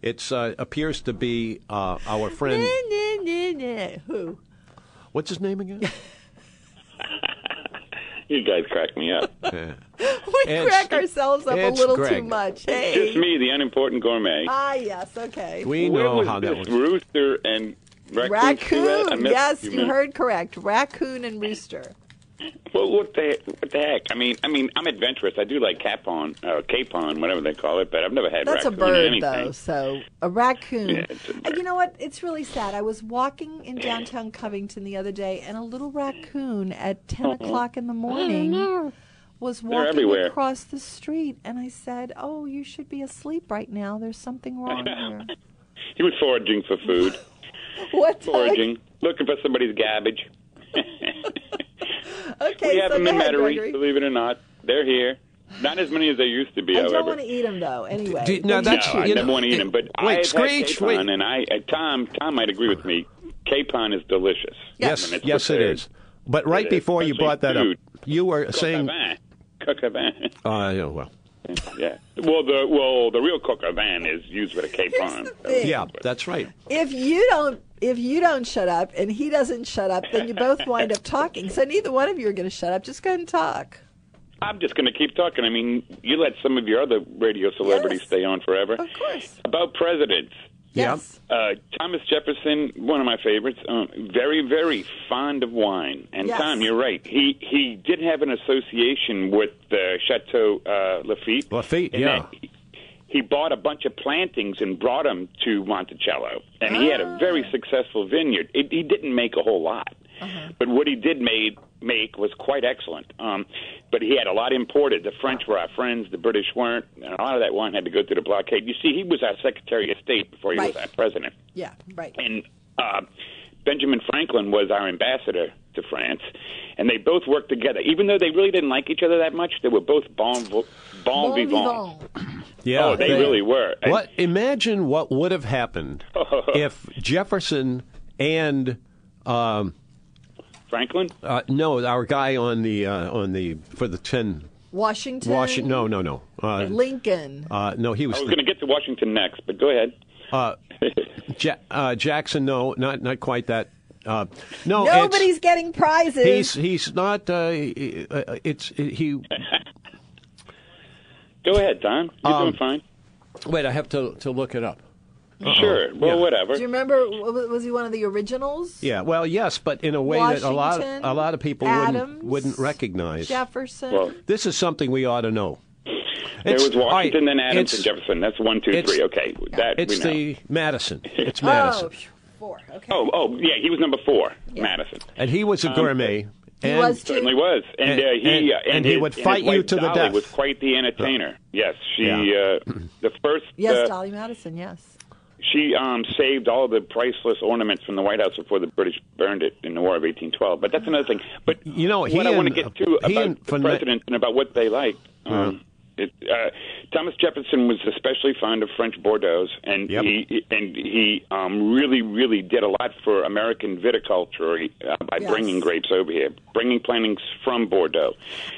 Speaker 2: it's uh, appears to be uh, our friend.
Speaker 3: Nah, nah, nah, nah. Who?
Speaker 2: What's his name again?
Speaker 4: You guys crack me up.
Speaker 3: We
Speaker 2: It's-
Speaker 3: crack ourselves up a
Speaker 2: it's
Speaker 3: little
Speaker 2: Greg.
Speaker 3: too much.
Speaker 4: Just
Speaker 3: Hey.
Speaker 4: me, the unimportant gourmet.
Speaker 3: Ah, yes. Okay.
Speaker 2: We
Speaker 4: Where
Speaker 2: know
Speaker 4: was
Speaker 2: how that
Speaker 4: this
Speaker 2: was.
Speaker 4: rooster and raccoon? stew at? I
Speaker 3: Raccoon.
Speaker 4: missed
Speaker 3: Yes,
Speaker 4: a few
Speaker 3: you
Speaker 4: minutes.
Speaker 3: heard correct. Raccoon and rooster.
Speaker 4: Well, what the what the heck? I mean, I mean, I'm adventurous. I do like capon or capon, whatever they call it, but I've never had
Speaker 3: That's a
Speaker 4: raccoon or
Speaker 3: bird,
Speaker 4: anything.
Speaker 3: though. So a raccoon.
Speaker 4: Yeah, it's a
Speaker 3: And
Speaker 4: bird.
Speaker 3: you know what? It's really sad. I was walking in downtown Covington the other day, and a little raccoon at 10 o'clock in the morning was walking
Speaker 4: Uh-huh. everywhere.
Speaker 3: across the street, and I said, "Oh, you should be asleep right now. There's something wrong here."
Speaker 4: He was foraging for food,
Speaker 3: what? Doug?
Speaker 4: foraging, looking for somebody's garbage.
Speaker 3: Okay,
Speaker 4: we have
Speaker 3: so
Speaker 4: them
Speaker 3: go
Speaker 4: in
Speaker 3: ahead,
Speaker 4: Metairie,
Speaker 3: Gregory.
Speaker 4: believe it or not. They're here. Not as many as they used to be,
Speaker 3: I
Speaker 4: however.
Speaker 3: don't want to eat them though. Anyway,
Speaker 2: do you- no,
Speaker 3: They
Speaker 2: that's-
Speaker 3: eat
Speaker 4: No, I
Speaker 2: you
Speaker 4: never
Speaker 2: know,
Speaker 4: want to eat them. But
Speaker 2: wait,
Speaker 4: I have had
Speaker 2: Screech,
Speaker 4: capon,
Speaker 2: wait.
Speaker 4: and I uh, Tom Tom might agree with me. Capon is delicious.
Speaker 2: Yes,
Speaker 4: And it's
Speaker 2: yes, it
Speaker 4: prepared.
Speaker 2: is. But right
Speaker 4: It is,
Speaker 2: before you
Speaker 4: especially
Speaker 2: brought that
Speaker 4: food.
Speaker 2: up, you were saying,
Speaker 4: Coq au vin.
Speaker 2: uh, yeah, well,
Speaker 4: yeah. Well, the well the real coq au vin is used with a capon.
Speaker 3: the thing.
Speaker 2: yeah, that's right.
Speaker 3: if you don't if you don't shut up and he doesn't shut up, then you both wind up talking. So neither one of you are going to shut up. Just go ahead and talk.
Speaker 4: I'm just going to keep talking. I mean, you let some of your other radio celebrities
Speaker 3: Yes.
Speaker 4: stay on forever.
Speaker 3: Of course.
Speaker 4: About presidents.
Speaker 2: Yeah.
Speaker 3: Yes.
Speaker 4: Uh, Thomas Jefferson, one of my favorites, uh, very, very fond of wine. And
Speaker 3: Yes.
Speaker 4: Tom, you're right. He he did have an association with uh, Chateau uh, Lafitte.
Speaker 2: Lafitte,
Speaker 4: in
Speaker 2: yeah.
Speaker 4: that He, he bought a bunch of plantings and brought them to Monticello, and he had a very successful vineyard. It, he didn't make a whole lot, But what he did made make was quite excellent. Um, but he had a lot imported. The French were our friends, the British weren't, and a lot of that wine had to go through the blockade. You see, he was our Secretary of State before he was
Speaker 3: Right.
Speaker 4: our president
Speaker 3: Yeah, right.
Speaker 4: and uh, Benjamin Franklin was our ambassador to France, and they both worked together. Even though they really didn't like each other that much, they were both bon, bon, bon vivants.
Speaker 2: Yeah,
Speaker 4: Oh, they really were. And-
Speaker 2: What? Imagine what would have happened if Jefferson and um,
Speaker 4: Franklin?
Speaker 2: uh, no, our guy on the uh, on the for the ten
Speaker 3: Washington.
Speaker 2: Washington. No, no, no. Uh,
Speaker 3: Lincoln.
Speaker 2: uh, no, he was.
Speaker 4: I was going to get to Washington next, but go ahead.
Speaker 2: Ja- uh, Jackson. No, not not quite that. Uh, no, it's-
Speaker 3: Nobody's getting prizes.
Speaker 2: He's he's not. Uh, he- uh, it's he.
Speaker 4: Go ahead, Don. You're
Speaker 2: Um,
Speaker 4: doing fine.
Speaker 2: Wait, I have to to look it up.
Speaker 4: Sure.
Speaker 2: Yeah.
Speaker 4: Well, whatever.
Speaker 3: Do you remember? wa- wa- Was he one of the originals?
Speaker 2: Yeah, well, yes, but in a way that a lot
Speaker 3: Washington,
Speaker 2: a lot of people
Speaker 3: Adams,
Speaker 2: wouldn't wouldn't recognize.
Speaker 3: Jefferson.
Speaker 4: Well,
Speaker 2: This is something we ought to know.
Speaker 4: there
Speaker 2: It's-
Speaker 4: was Washington,
Speaker 2: all right,
Speaker 4: then
Speaker 2: it's-
Speaker 4: Adams, and Jefferson. That's one, two,
Speaker 2: it's-
Speaker 4: three. Okay, that we
Speaker 2: It's
Speaker 4: know.
Speaker 2: the Madison. It's
Speaker 3: oh,
Speaker 2: Madison,
Speaker 3: phew, four. Okay.
Speaker 4: Oh, oh, yeah. He was number four, Madison.
Speaker 2: and he was a
Speaker 4: Um,
Speaker 2: gourmet.
Speaker 3: he
Speaker 2: and
Speaker 3: was too.
Speaker 4: Certainly was, and,
Speaker 2: And-
Speaker 4: uh, he
Speaker 2: and-
Speaker 4: uh,
Speaker 2: and he
Speaker 4: his-
Speaker 2: would
Speaker 4: his
Speaker 2: fight you
Speaker 4: wife
Speaker 2: to the
Speaker 4: Dolly
Speaker 2: death. Uh,
Speaker 4: Was quite the entertainer. Yes, she
Speaker 2: Yeah.
Speaker 4: uh, the first.
Speaker 3: yes,
Speaker 4: uh,
Speaker 3: Dolly Madison. Yes.
Speaker 4: She um, saved all the priceless ornaments from the White House before the British burned it in the War of 1812. But that's another thing. But
Speaker 2: You know, he
Speaker 4: what I want to
Speaker 2: and-
Speaker 4: get to
Speaker 2: he
Speaker 4: about
Speaker 2: and
Speaker 4: the
Speaker 2: Fern-
Speaker 4: presidents and about what they like. Um, it, uh, Thomas Jefferson was especially fond of French Bordeaux, and
Speaker 2: Yep.
Speaker 4: he he- and he um, really, really did a lot for American viticulture uh, by
Speaker 3: Yes.
Speaker 4: bringing grapes over here, bringing plantings from Bordeaux.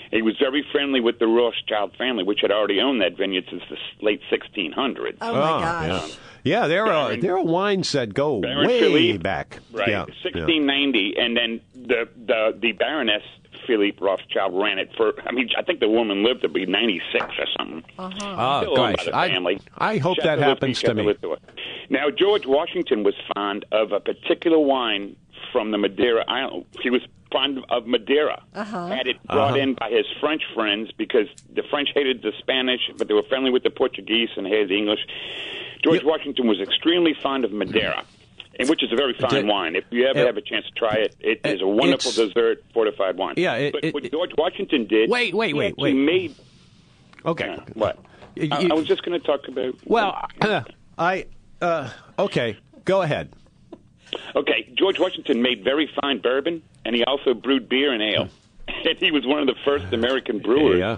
Speaker 4: He was very friendly with the Rothschild family, which had already owned that vineyard since the s- late 1600s.
Speaker 3: Oh,
Speaker 2: Oh,
Speaker 3: my gosh.
Speaker 2: yeah. Yeah, there are
Speaker 4: Baron-
Speaker 2: there are wines that go
Speaker 4: Baron
Speaker 2: way
Speaker 4: Philippe.
Speaker 2: back.
Speaker 4: Right,
Speaker 2: Yeah, yeah.
Speaker 4: 1690, and then the the the Baroness Philippe Rothschild ran it for. I mean, I think the woman lived to be 96 or something.
Speaker 2: Ah,
Speaker 4: Still owned by
Speaker 2: gosh,
Speaker 4: the
Speaker 2: I
Speaker 4: family.
Speaker 2: I hope
Speaker 4: Sheffield
Speaker 2: that happens
Speaker 4: whiskey,
Speaker 2: to me.
Speaker 4: Sheffield whiskey. Now, George Washington was fond of a particular wine from the Madeira Island. He was fond of Madeira. Had it
Speaker 2: Uh-huh.
Speaker 4: brought in by his French friends because the French hated the Spanish, but they were friendly with the Portuguese and hated the English. George Washington was extremely fond of Madeira. And which is a very fine
Speaker 2: Did-
Speaker 4: wine. If you ever
Speaker 2: it-
Speaker 4: have a chance to try it, it
Speaker 2: it-
Speaker 4: is a wonderful
Speaker 2: it's-
Speaker 4: dessert, fortified wine.
Speaker 2: Yeah, it-
Speaker 4: but
Speaker 2: it-
Speaker 4: what
Speaker 2: it-
Speaker 4: George Washington did.
Speaker 2: Wait, wait,
Speaker 4: he
Speaker 2: wait,
Speaker 4: actually
Speaker 2: wait.
Speaker 4: Made
Speaker 2: Okay,
Speaker 4: what?
Speaker 2: You-
Speaker 4: I, I was just going to talk about.
Speaker 2: well, I uh, okay, go ahead.
Speaker 4: Okay, George Washington made very fine bourbon, and he also brewed beer and ale. And he was one of the first American brewers.
Speaker 2: Yeah.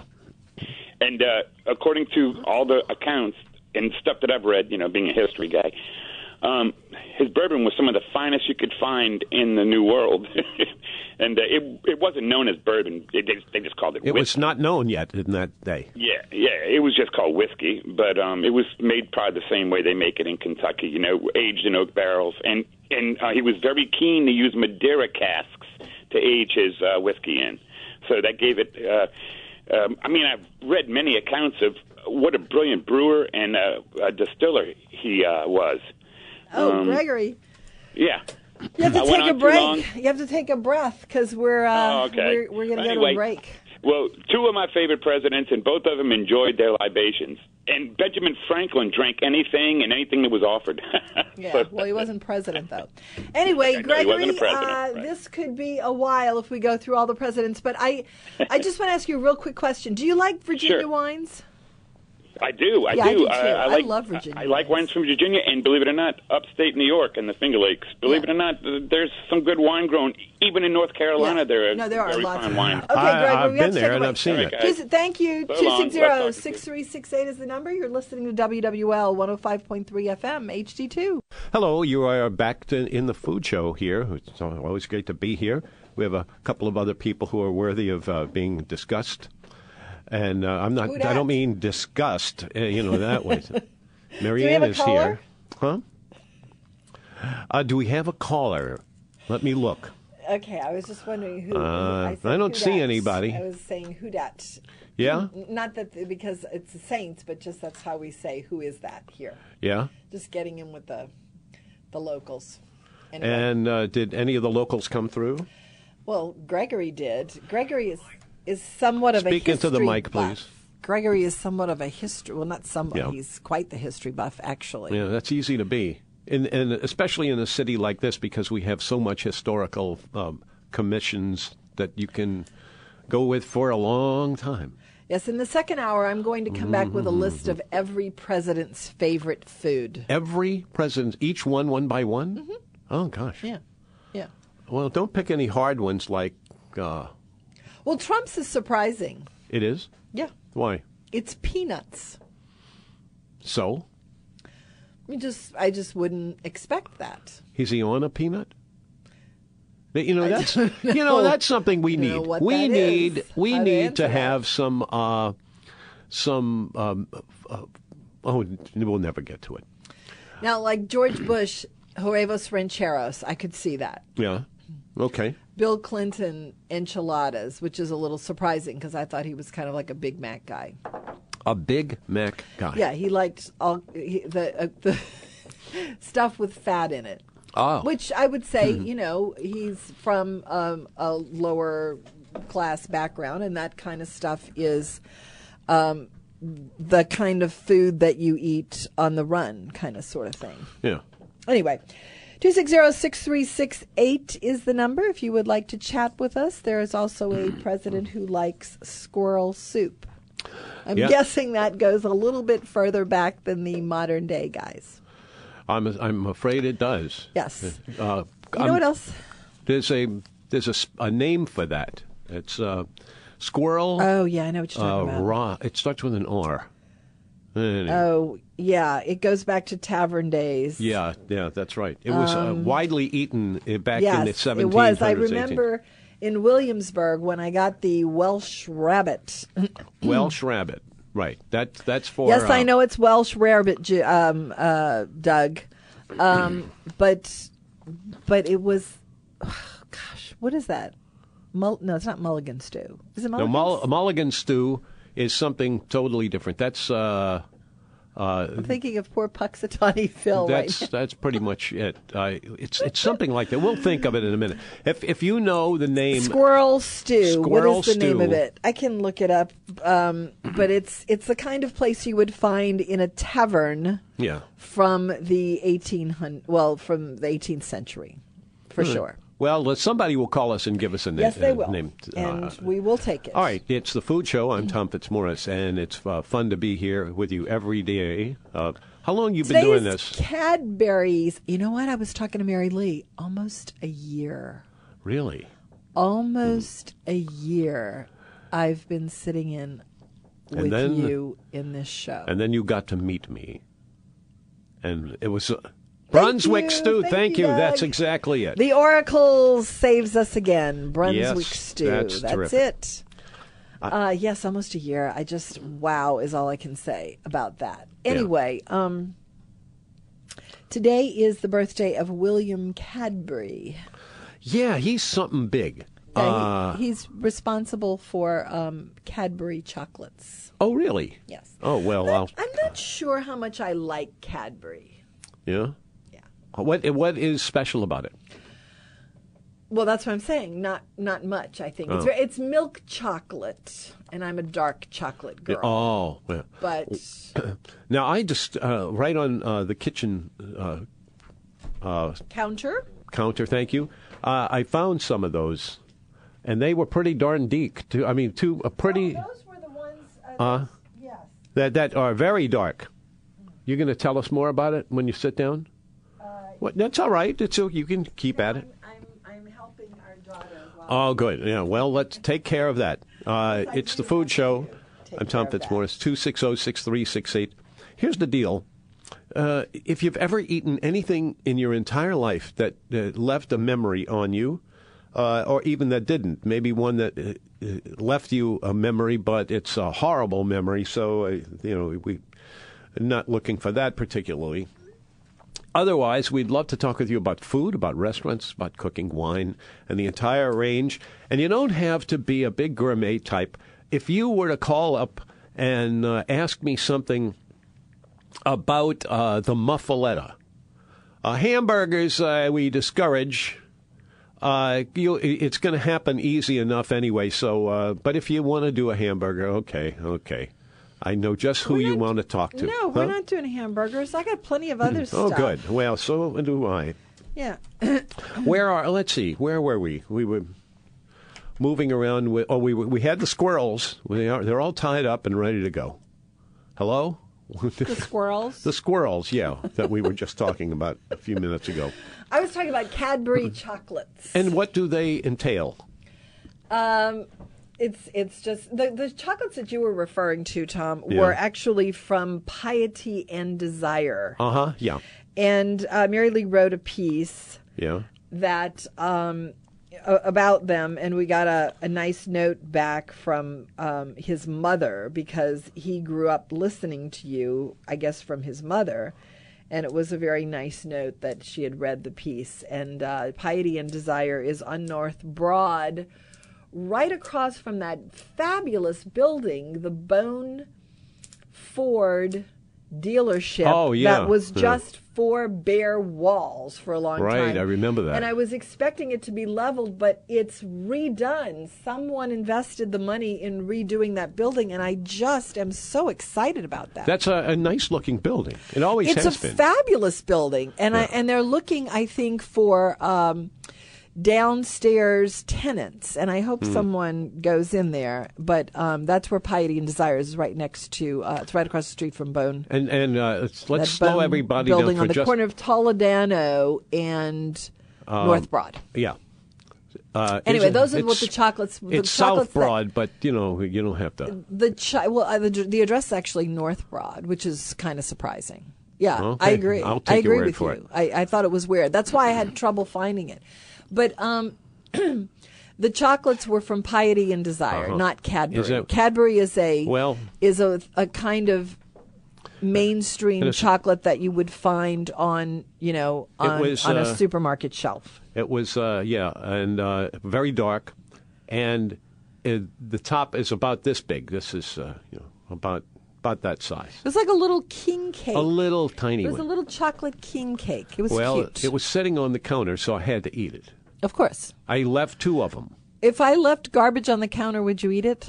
Speaker 4: And uh, according to all the accounts and stuff that I've read, you know, being a history guy, um, his bourbon was some of the finest you could find in the New World. and uh, it it wasn't known as bourbon; it, they, they just called it.
Speaker 2: It
Speaker 4: whiskey.
Speaker 2: was not known yet in that day.
Speaker 4: Yeah, yeah, it was just called whiskey, but um, it was made probably the same way they make it in Kentucky. You know, aged in oak barrels, and and uh, he was very keen to use Madeira casks to age his uh, whiskey in. So that gave it. Uh, um, I mean, I've read many accounts of what a brilliant brewer and uh, a distiller he uh, was.
Speaker 3: Oh,
Speaker 4: Um,
Speaker 3: Gregory.
Speaker 4: Yeah.
Speaker 3: You have to
Speaker 4: I went
Speaker 3: take a
Speaker 4: on too long.
Speaker 3: break. You have to take a breath because we're uh,
Speaker 4: Oh, okay.
Speaker 3: we're, we're going to go to
Speaker 4: Anyway,
Speaker 3: a break.
Speaker 4: Well, two of my favorite presidents, and both of them enjoyed their libations. And Benjamin Franklin drank anything and anything that was offered.
Speaker 3: Yeah, well, he wasn't president, though. Anyway,
Speaker 4: he wasn't
Speaker 3: Gregory,
Speaker 4: a president,
Speaker 3: uh,
Speaker 4: right.
Speaker 3: this could be a while if we go through all the presidents, but I, I just want to ask you a real quick question. Do you like Virginia
Speaker 4: Sure.
Speaker 3: wines?
Speaker 4: I do. I
Speaker 3: Yeah, I
Speaker 4: do.
Speaker 3: do, too. I
Speaker 4: like,
Speaker 3: love Virginia
Speaker 4: I, I like
Speaker 3: wines.
Speaker 4: wines from Virginia, and believe it or not, upstate New York and the Finger Lakes. Believe
Speaker 3: Yeah.
Speaker 4: it or not, th- there's some good wine grown even in North Carolina.
Speaker 3: Yeah.
Speaker 4: There are
Speaker 3: no, there are
Speaker 4: very
Speaker 3: lots.
Speaker 4: fine
Speaker 3: Of
Speaker 4: wine.
Speaker 3: Okay,
Speaker 2: I-
Speaker 3: Gregory,
Speaker 2: I've
Speaker 3: we have
Speaker 2: been
Speaker 3: to
Speaker 2: there
Speaker 3: take a
Speaker 2: and
Speaker 3: break.
Speaker 2: I've seen
Speaker 4: Alright,
Speaker 2: it.
Speaker 4: guys.
Speaker 3: Just- Thank you.
Speaker 4: So long. Let's talk to you.
Speaker 3: 260 6368 is the number. You're listening to WWL 105.3 FM HD2.
Speaker 2: Hello, you are back to, in the food show here. It's always great to be here. We have a couple of other people who are worthy of uh, being discussed, and uh, I'm
Speaker 3: Who
Speaker 2: not. I
Speaker 3: dat?
Speaker 2: don't mean disgust. Uh, you know that way.
Speaker 3: have
Speaker 2: Marianne
Speaker 3: a
Speaker 2: is
Speaker 3: caller?
Speaker 2: here, huh? Uh, do we have a caller? Let me look.
Speaker 3: Okay, I was just wondering who.
Speaker 2: Uh,
Speaker 3: said
Speaker 2: I don't
Speaker 3: who
Speaker 2: see
Speaker 3: dat.
Speaker 2: anybody.
Speaker 3: I was saying who dat.
Speaker 2: Yeah,
Speaker 3: Not that because it's the Saints, but just that's how we say who is that here.
Speaker 2: yeah.
Speaker 3: just getting in with the the locals. Anyway,
Speaker 2: And uh, did any of the locals come through?
Speaker 3: well, Gregory did. Gregory is is somewhat of a
Speaker 2: Speak into the
Speaker 3: history
Speaker 2: mic,
Speaker 3: buff.
Speaker 2: please.
Speaker 3: Gregory is somewhat of a history. Well, not somewhat.
Speaker 2: Yeah.
Speaker 3: He's quite the history buff, actually.
Speaker 2: Yeah, that's easy to be, and, and especially in a city like this because we have so much historical um, commissions that you can go with for a long time.
Speaker 3: Yes, in the second hour, I'm going to come back with a list of
Speaker 2: Mm-hmm.
Speaker 3: every president's favorite food.
Speaker 2: Every president, each one, one by one. Oh gosh.
Speaker 3: Yeah. Yeah.
Speaker 2: Well, don't pick any hard ones like uh,
Speaker 3: Well, Trump's is surprising.
Speaker 2: it is.
Speaker 3: Yeah.
Speaker 2: Why?
Speaker 3: It's peanuts.
Speaker 2: So
Speaker 3: I mean, just I just wouldn't expect that.
Speaker 2: is he on a peanut? That- You know that's
Speaker 3: don't
Speaker 2: you know
Speaker 3: know.
Speaker 2: that's something we
Speaker 3: I don't
Speaker 2: need.
Speaker 3: know what
Speaker 2: we
Speaker 3: that
Speaker 2: need
Speaker 3: is.
Speaker 2: we
Speaker 3: How to
Speaker 2: need
Speaker 3: answer
Speaker 2: to
Speaker 3: that.
Speaker 2: have some uh, some um, uh, oh we'll never get to it.
Speaker 3: Now, like George Bush, huevos rancheros, I could see that.
Speaker 2: Yeah. Okay.
Speaker 3: Bill Clinton, enchiladas, which is a little surprising because I thought he was kind of like a Big Mac guy.
Speaker 2: A Big Mac guy.
Speaker 3: Yeah, he liked all he, the uh, the stuff with fat in it.
Speaker 2: Oh.
Speaker 3: Which I would say, you know, he's from um, a lower class background, and that kind of stuff is um, the kind of food that you eat on the run, kind of sort of thing.
Speaker 2: Yeah.
Speaker 3: Anyway, 260-6368 is the number if you would like to chat with us. There is also a president who likes squirrel soup. I'm
Speaker 2: Yeah.
Speaker 3: guessing that goes a little bit further back than the modern day guys.
Speaker 2: I'm I'm afraid it does.
Speaker 3: Yes.
Speaker 2: Uh,
Speaker 3: You know what else?
Speaker 2: There's a there's a, s- a name for that. It's uh, squirrel.
Speaker 3: Oh yeah, I know what you're
Speaker 2: uh,
Speaker 3: talking about.
Speaker 2: raw. It starts with an R. Anyway.
Speaker 3: Oh yeah, it goes back to tavern days.
Speaker 2: yeah, yeah, that's right. It was uh, widely eaten uh, back in the
Speaker 3: Um, yes,
Speaker 2: 1700s.
Speaker 3: it was. I
Speaker 2: 1800s.
Speaker 3: remember in Williamsburg when I got the Welsh rabbit.
Speaker 2: Welsh rabbit. Right. That that's for.
Speaker 3: Yes, I
Speaker 2: uh,
Speaker 3: know it's Welsh rarebit, Ju- um, uh, Doug, um, but but it was, gosh, what is that? Mull- no, it's not mulligan stew. Is it
Speaker 2: No,
Speaker 3: mulligan?
Speaker 2: mull- mulligan stew is something totally different. That's uh,
Speaker 3: I'm thinking of poor Puxatawny Phil
Speaker 2: that's
Speaker 3: Oh, right
Speaker 2: that's pretty much it. Uh, it's it's something like that. We'll think of it in a minute. If if you know the
Speaker 3: now.
Speaker 2: name,
Speaker 3: Squirrel stew.
Speaker 2: Squirrel
Speaker 3: what is the name of
Speaker 2: stew.
Speaker 3: it? I can look it up, um, but it's it's the kind of place you would find in a tavern
Speaker 2: yeah.
Speaker 3: from the 1800 well from the 18th century, for
Speaker 2: Hmm.
Speaker 3: sure.
Speaker 2: Well, let- somebody will call us and give us a name.
Speaker 3: Yes, they
Speaker 2: a
Speaker 3: will,
Speaker 2: Name,
Speaker 3: and
Speaker 2: uh,
Speaker 3: we will take it.
Speaker 2: All right, it's the Food Show. I'm Tom Fitzmaurice, and it's uh, fun to be here with you every day. Uh, how long you been
Speaker 3: Today
Speaker 2: doing
Speaker 3: is
Speaker 2: this?
Speaker 3: Cadbury's. You know what? I was talking to Mary Lee. Almost a year.
Speaker 2: Really?
Speaker 3: Almost a year. I've been sitting in with
Speaker 2: then-
Speaker 3: you in this show.
Speaker 2: And then you got to meet me, and it was uh, Brunswick
Speaker 3: you,
Speaker 2: stew.
Speaker 3: thank
Speaker 2: Thank
Speaker 3: you,
Speaker 2: you. That's
Speaker 3: Doug.
Speaker 2: exactly it.
Speaker 3: the Oracle saves us again. Brunswick
Speaker 2: Yes,
Speaker 3: stew.
Speaker 2: that's terrific.
Speaker 3: it. Uh, yes, almost a year. I just wow is all I can say about that.
Speaker 2: Yeah.
Speaker 3: Anyway, um, today is the birthday of William Cadbury.
Speaker 2: yeah, he's something big.
Speaker 3: Yeah,
Speaker 2: Uh,
Speaker 3: he- he's responsible for um, Cadbury chocolates.
Speaker 2: oh, really?
Speaker 3: Yes.
Speaker 2: Oh well.
Speaker 3: Not-
Speaker 2: I'll,
Speaker 3: I'm not sure how much I like Cadbury.
Speaker 2: yeah. What what is special about it?
Speaker 3: Well, that's what I'm saying. Not not much. I
Speaker 2: Oh.
Speaker 3: think it's ve- it's milk chocolate, and I'm a dark chocolate girl.
Speaker 2: Oh, well.
Speaker 3: But
Speaker 2: now I just uh, right on uh, the kitchen uh,
Speaker 3: counter.
Speaker 2: counter. Thank you. Uh, I found some of those, and they were pretty darn deep. Too. I mean, two a pretty
Speaker 3: Oh, those were the ones. Uh, yes.
Speaker 2: that that are very dark. You're going to tell us more about it when you sit down. What? That's all right. It's o- you can keep at it.
Speaker 3: I'm I'm helping our daughter.
Speaker 2: Oh, good. Yeah. Well, let's take care of that. Uh, it's the food show. I'm Tom Fitzmaurice. Two six zero six three six eight. Here's the deal. Uh, if you've ever eaten anything in your entire life that uh, left a memory on you, uh, or even that didn't, maybe one that uh, uh, left you a memory, but it's a horrible memory. So uh, you know we not looking for that particularly. Otherwise, we'd love to talk with you about food, about restaurants, about cooking, wine, and the entire range. And you don't have to be a big gourmet type. If you were to call up and uh, ask me something about uh, the muffaletta, uh, hamburgers uh, we discourage. Uh, you, it's going to happen easy enough anyway. So, uh, but if you want to do a hamburger, okay, okay, I know just who you want to talk Oh, to.
Speaker 3: No, we're
Speaker 2: Huh?
Speaker 3: not doing hamburgers. I got plenty of other
Speaker 2: Oh,
Speaker 3: stuff.
Speaker 2: good. Well, so do I.
Speaker 3: Yeah.
Speaker 2: Where are? Let's see. Where were we? We were. moving around with. Oh, we we had the squirrels. They are they're all tied up and ready to go. Hello.
Speaker 5: The squirrels.
Speaker 2: The squirrels, yeah, that we were just talking about a few minutes ago.
Speaker 3: I was talking about
Speaker 2: Mm-hmm.
Speaker 3: Cadbury chocolates.
Speaker 2: And what do they entail?
Speaker 3: Um, it's it's just the the chocolates that you were referring to, Tom,
Speaker 2: Yeah.
Speaker 3: were actually from Piety and Desire,
Speaker 2: Uh huh. Yeah.
Speaker 3: and uh, Mary Lee wrote a piece
Speaker 2: Yeah.
Speaker 3: that um, a- about them, and we got a, a nice note back from um, his mother because he grew up listening to you, I guess, from his mother. And it was a very nice note that she had read the piece. And uh, Piety and Desire is on North Broad, right across from that fabulous building, the Bone Ford dealership
Speaker 2: Oh, yeah.
Speaker 3: that was
Speaker 2: Yeah.
Speaker 3: just four bare walls for a long
Speaker 2: Right,
Speaker 3: time.
Speaker 2: I remember that.
Speaker 3: And I was expecting it to be leveled, but it's redone. Someone invested the money in redoing that building, and I just am so excited about that.
Speaker 2: That's a, a nice looking building. It always
Speaker 3: it's a
Speaker 2: has been.
Speaker 3: fabulous building, and I,
Speaker 2: Yeah.
Speaker 3: and they're looking, I think, for um, downstairs tenants, and I
Speaker 2: Hmm.
Speaker 3: hope someone goes in there. But um, that's where Piety and Desires is right next to. Uh, it's right across the street from Bone
Speaker 2: and and uh, let's, let's
Speaker 3: that
Speaker 2: slow
Speaker 3: bone
Speaker 2: everybody down
Speaker 3: building
Speaker 2: for
Speaker 3: on the
Speaker 2: just Um,
Speaker 3: corner of Toledano and North Broad.
Speaker 2: yeah. Uh,
Speaker 3: Anyway,
Speaker 2: isn't-
Speaker 3: those are what
Speaker 2: it's-
Speaker 3: the chocolates. The
Speaker 2: it's
Speaker 3: chocolates
Speaker 2: South Broad, but you know you don't have to.
Speaker 3: That, the chi- well, uh, the, the address is actually North Broad, which is kind of surprising. Yeah, I
Speaker 2: Okay.
Speaker 3: agree.
Speaker 2: I'll
Speaker 3: I
Speaker 2: take your
Speaker 3: agree
Speaker 2: word
Speaker 3: with
Speaker 2: for
Speaker 3: you. I, I thought it was weird. That's why I had trouble finding it. But um, the chocolates were from Piety and Desire, not Cadbury.
Speaker 2: Uh-huh. Is that-
Speaker 3: Cadbury is a
Speaker 2: Well-
Speaker 3: is a, a kind of mainstream
Speaker 2: it's-
Speaker 3: chocolate that you would find on you know on,
Speaker 2: was,
Speaker 3: on
Speaker 2: uh,
Speaker 3: a supermarket shelf.
Speaker 2: It was uh, yeah, and uh, very dark, and it, the top is about this big. This is uh, you know about about that size.
Speaker 3: It was like a little king cake.
Speaker 2: A little tiny
Speaker 3: it was
Speaker 2: one.
Speaker 3: a little chocolate king cake. It was
Speaker 2: well,
Speaker 3: cute.
Speaker 2: it was sitting on the counter, so I had to eat it.
Speaker 3: of course.
Speaker 2: I left two of them.
Speaker 3: If I left garbage on the counter, would you eat it?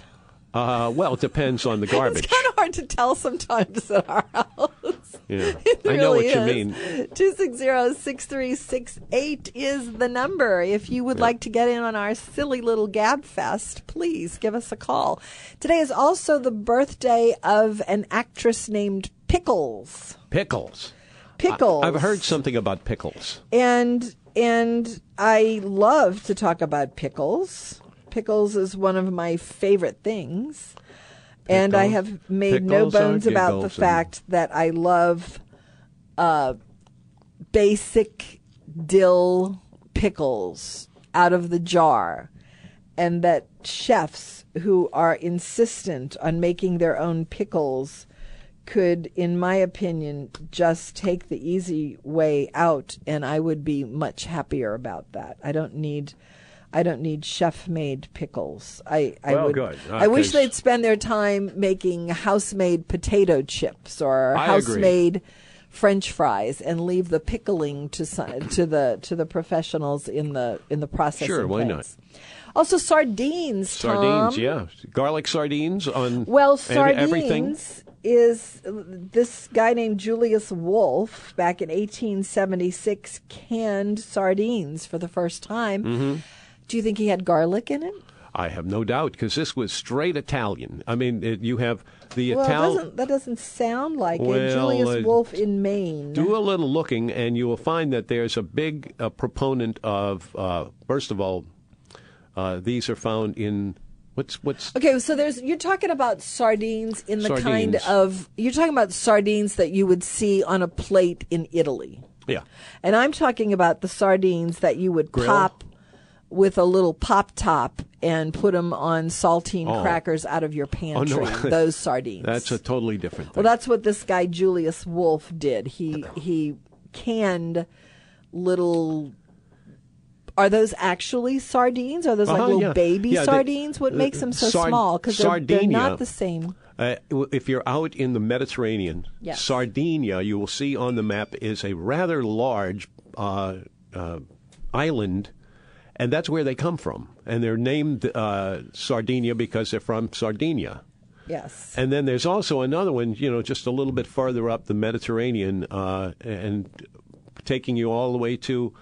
Speaker 2: Uh, well, it depends on the garbage.
Speaker 3: It's kind of hard to tell sometimes at our house.
Speaker 2: Yeah.
Speaker 3: It
Speaker 2: I know what
Speaker 3: really
Speaker 2: you
Speaker 3: is.
Speaker 2: mean.
Speaker 3: 260-6368 is the number. If you would like to get in on our silly little gab fest, please give us a call. Today is also the birthday of an actress named Pickles.
Speaker 2: Pickles.
Speaker 3: Pickles.
Speaker 2: I've heard something about pickles.
Speaker 3: and and I love to talk about pickles. Pickles is one of my favorite things. and I
Speaker 2: Pickles-
Speaker 3: have made no
Speaker 2: pickles are
Speaker 3: bones about the
Speaker 2: giggles and-
Speaker 3: fact that I love uh, basic dill pickles out of the jar. And that chefs who are insistent on making their own pickles could, in my opinion, just take the easy way out, and I would be much happier about that. I don't need, I don't need chef-made pickles. I, I
Speaker 2: Well,
Speaker 3: would,
Speaker 2: good. Uh,
Speaker 3: I wish
Speaker 2: 'cause-
Speaker 3: they'd spend their time making house-made potato chips or
Speaker 2: I agree.
Speaker 3: house-made French fries, and leave the pickling to some, to the to the professionals in the in the process.
Speaker 2: Sure, why not?
Speaker 3: Also, sardines.
Speaker 2: Sardines,
Speaker 3: Tom.
Speaker 2: yeah. Garlic sardines on
Speaker 3: Well,
Speaker 2: ev- everything.
Speaker 3: sardines is this guy named Julius Wolf back in 1876 canned sardines for the first time.
Speaker 2: Mm-hmm.
Speaker 3: Do you think he had garlic in it?
Speaker 2: I have no doubt because this was straight Italian. I mean, it, you have the
Speaker 3: Well, it
Speaker 2: Italian.
Speaker 3: doesn't, that doesn't sound like it.
Speaker 2: Well,
Speaker 3: Julius
Speaker 2: uh,
Speaker 3: Wolf in Maine.
Speaker 2: Do a little looking, and you will find that there's a big uh, proponent of. Uh, first of all, uh, these are found in what's what's
Speaker 3: Okay, so there's you're talking about sardines in the kind
Speaker 2: Sardines.
Speaker 3: of you're talking about sardines that you would see on a plate in Italy.
Speaker 2: yeah.
Speaker 3: And I'm talking about the sardines that you would
Speaker 2: Grill?
Speaker 3: pop with a little pop top and put them on saltine crackers out of your pantry. Those sardines.
Speaker 2: Oh. That's a totally different thing.
Speaker 3: well, that's what this guy Julius Wolf did. He he canned little. Are those actually sardines? Are those like
Speaker 2: Uh-huh,
Speaker 3: little
Speaker 2: yeah.
Speaker 3: baby
Speaker 2: Yeah, they- uh,
Speaker 3: sardines? what makes them so
Speaker 2: Sard-
Speaker 3: small? Because they're, they're
Speaker 2: Sardinia.
Speaker 3: not the same.
Speaker 2: Uh, w- if you're out in the Mediterranean,
Speaker 3: Yes.
Speaker 2: Sardinia, you will see on the map, is a rather large uh, uh, island, and that's where they come from. And they're named uh, Sardinia because they're from Sardinia.
Speaker 3: Yes.
Speaker 2: And then there's also another one, you know, just a little bit farther up the Mediterranean uh, and taking you all the way to,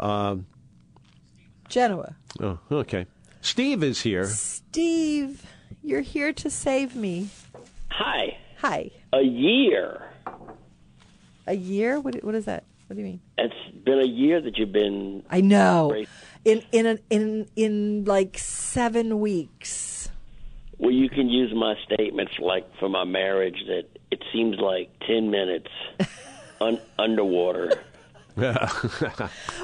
Speaker 2: uh,
Speaker 3: Genoa.
Speaker 2: oh, okay. Steve is here.
Speaker 3: Steve, you're here to save me.
Speaker 6: Hi.
Speaker 3: Hi.
Speaker 6: A year.
Speaker 3: A year? What, what is that? What do you mean?
Speaker 6: It's been a year that you've been.
Speaker 3: I know.
Speaker 6: Great.
Speaker 3: In in an, in in like seven weeks.
Speaker 6: Well, you can use my statements like for my marriage that it seems like 10 minutes un- underwater.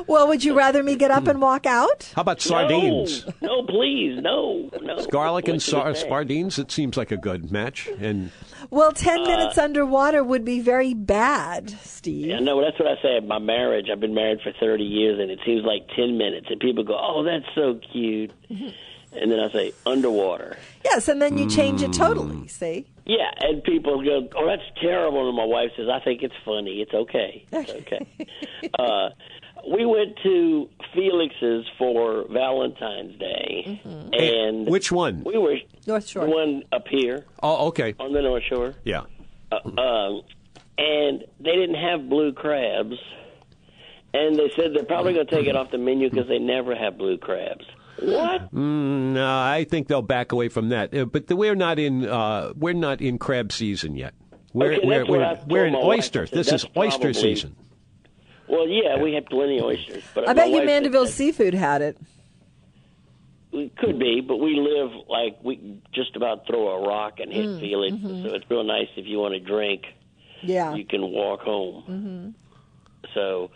Speaker 3: Well, would you rather me get up and walk out?
Speaker 2: How about sardines?
Speaker 6: No, no please. No. No.
Speaker 2: Garlic and
Speaker 6: What
Speaker 2: sar-
Speaker 6: should it say?
Speaker 2: sardines, it seems like a good match. And
Speaker 3: Well,
Speaker 6: Uh,
Speaker 3: ten minutes underwater would be very bad, Steve.
Speaker 6: Yeah, no, that's what I say. My marriage, I've been married for 30 years, and it seems like 10 minutes. And people go, oh, that's so cute.
Speaker 2: Mm-hmm.
Speaker 6: And then I say, underwater.
Speaker 3: Yes, and then you change it
Speaker 6: Mm.
Speaker 3: totally. See?
Speaker 6: Yeah, and people go, "Oh, that's terrible." And my wife says, "I think it's funny. It's okay. It's okay." uh, we went to Felix's for Valentine's Day, and
Speaker 2: which one?
Speaker 6: we were
Speaker 3: Mm-hmm. North
Speaker 6: the
Speaker 3: Shore.
Speaker 6: one up here
Speaker 2: Oh, okay.
Speaker 6: on the North Shore,
Speaker 2: Yeah.
Speaker 6: um, and they didn't have blue crabs, and they said they're probably going to take it off the menu because they never have blue crabs. What?
Speaker 2: Mm. No, I think they'll back away from that. Uh, But the, we're not in uh, we're not in crab season yet. We're
Speaker 6: Okay, that's
Speaker 2: we're
Speaker 6: what I
Speaker 2: we're,
Speaker 6: told
Speaker 2: we're in
Speaker 6: my wife. I
Speaker 2: oyster.
Speaker 6: said,
Speaker 2: This is
Speaker 6: "That's
Speaker 2: oyster
Speaker 6: probably-
Speaker 2: season.
Speaker 6: Well, yeah, we have plenty of oysters, but
Speaker 3: I
Speaker 6: my
Speaker 3: bet you
Speaker 6: wife said
Speaker 3: Mandeville
Speaker 6: that-
Speaker 3: Seafood had it.
Speaker 6: It could be, but we live like we just about throw a rock and
Speaker 3: Mm,
Speaker 6: hit Felix. So it's real nice if you want to drink,
Speaker 3: mm-hmm. Yeah. Mm-hmm.
Speaker 6: you can walk home. So,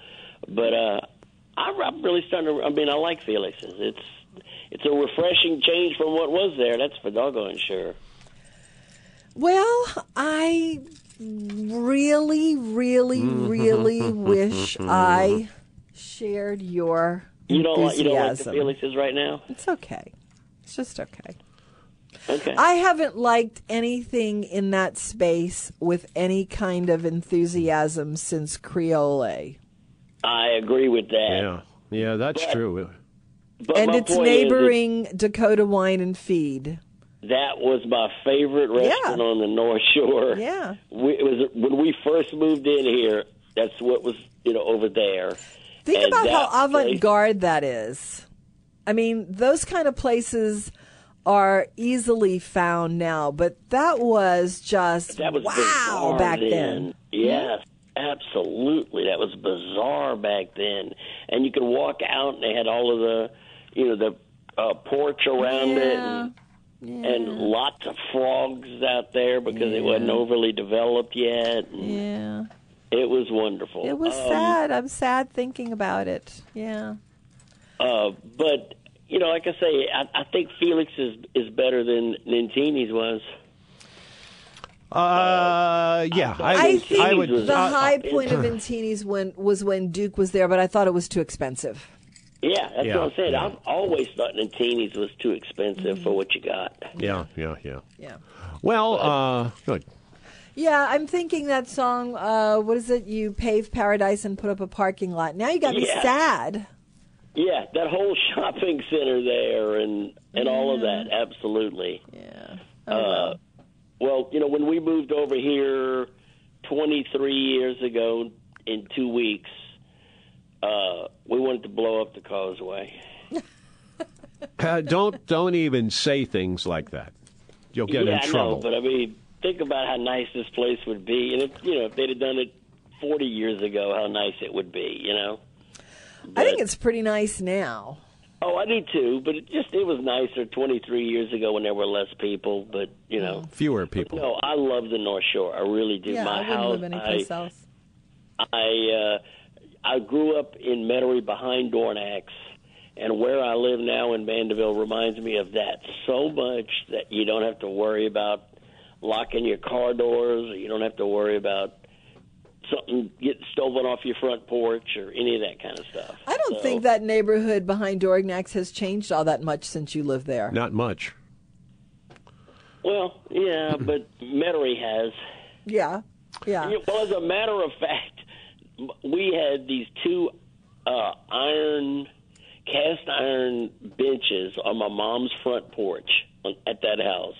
Speaker 6: but uh, I, I'm really starting to. I mean, I like Felix's. It's it's a refreshing change from what was there. That's for doggone sure.
Speaker 3: Well, I really, really, really wish I shared your
Speaker 6: You don't like you don't like the
Speaker 3: enthusiasm.
Speaker 6: Felix's right now.
Speaker 3: it's okay. It's just okay.
Speaker 6: Okay.
Speaker 3: I haven't liked anything in that space with any kind of enthusiasm since Creole.
Speaker 6: I agree with that.
Speaker 2: Yeah, yeah, that's true.
Speaker 6: But
Speaker 3: and
Speaker 6: my
Speaker 3: its
Speaker 6: point is, it's-
Speaker 3: neighboring Dakota Wine and Feed.
Speaker 6: That was my favorite restaurant on the North Shore.
Speaker 3: Yeah.
Speaker 6: we, it was when we first moved in here. That's what was you know over there.
Speaker 3: Think
Speaker 6: And
Speaker 3: about how
Speaker 6: that place-
Speaker 3: avant garde that is. I mean, those kind of places are easily found now, but that was just
Speaker 6: That was
Speaker 3: wow
Speaker 6: bizarre
Speaker 3: back then. Hmm?
Speaker 6: Yes, absolutely. That was bizarre back then. And you could walk out, and they had all of the you know the uh, porch around it. And, And lots of frogs out there because it wasn't overly developed yet. And
Speaker 3: Yeah.
Speaker 6: It was wonderful.
Speaker 3: It was
Speaker 6: Um,
Speaker 3: sad. I'm sad thinking about it. Yeah.
Speaker 6: Uh, but you know, like I say, I, I think Felix is is better than Nantini's was.
Speaker 2: Uh, yeah, I,
Speaker 3: I
Speaker 2: would-
Speaker 3: think
Speaker 2: I would.
Speaker 3: the
Speaker 2: uh,
Speaker 3: high point of Intini's when was when Duke was there, but I thought it was too expensive.
Speaker 6: Yeah, that's
Speaker 2: Yeah,
Speaker 6: what I'm saying.
Speaker 2: yeah.
Speaker 6: I've always thought Nantini's was too expensive for what you got.
Speaker 2: yeah, yeah, yeah.
Speaker 3: Yeah.
Speaker 2: Well, uh, good.
Speaker 3: Yeah, I'm thinking that song. Uh, what is it? You pave paradise and put up a parking lot. Now you got me
Speaker 6: Yeah.
Speaker 3: sad.
Speaker 6: Yeah, that whole shopping center there and and all of that, absolutely.
Speaker 3: Yeah.
Speaker 6: Uh, well, you know, when we moved over here 23 years ago, in two weeks, uh, we wanted to blow up the causeway.
Speaker 2: Uh, don't don't even say things like that. You'll get
Speaker 6: yeah,
Speaker 2: in trouble.
Speaker 6: I know, but uh, I mean, think about how nice this place would be, and if you know, if they'd have done it forty years ago, how nice it would be, you know.
Speaker 3: I think it's pretty nice now.
Speaker 6: Oh, I do too, but it just it was nicer twenty three years ago when there were less people, but you know.
Speaker 2: Fewer people.
Speaker 6: No, I love the North Shore. I really do. My house. I,
Speaker 3: else.
Speaker 6: I uh, I grew up in Metairie behind Dornax, and where I live now in Mandeville reminds me of that so much that you don't have to worry about locking your car doors, or you don't have to worry about something getting stolen off your front porch or any of that kind of stuff.
Speaker 3: I don't
Speaker 6: So-
Speaker 3: think that neighborhood behind Dorignax has changed all that much since you lived there.
Speaker 2: Not much.
Speaker 6: Well, yeah, but Metairie has.
Speaker 3: Yeah. Yeah.
Speaker 6: Yeah, Well, as a matter of fact, m- we had these two uh, iron, cast iron benches on my mom's front porch on, at that house,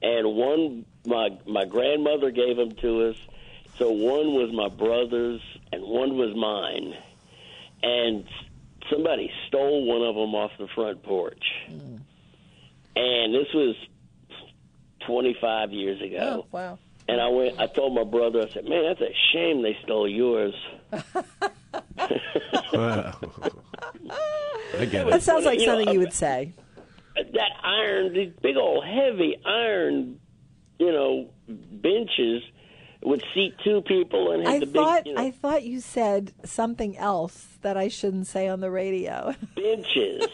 Speaker 6: and one my my grandmother gave them to us. So one was my brother's, and one was mine, and somebody stole one of them off the front porch. and this was 25 years ago.
Speaker 3: Oh, wow.
Speaker 6: And I went. I told my brother. I said, "Man, that's a shame they stole yours."
Speaker 2: I get
Speaker 3: That
Speaker 2: it.
Speaker 3: sounds like
Speaker 6: You know,
Speaker 3: something you would say.
Speaker 6: that iron, these big old heavy iron, you know, benches would seat two people and had
Speaker 3: I
Speaker 6: the
Speaker 3: thought
Speaker 6: big you know,
Speaker 3: I thought you said something else that I shouldn't say on the radio.
Speaker 6: benches.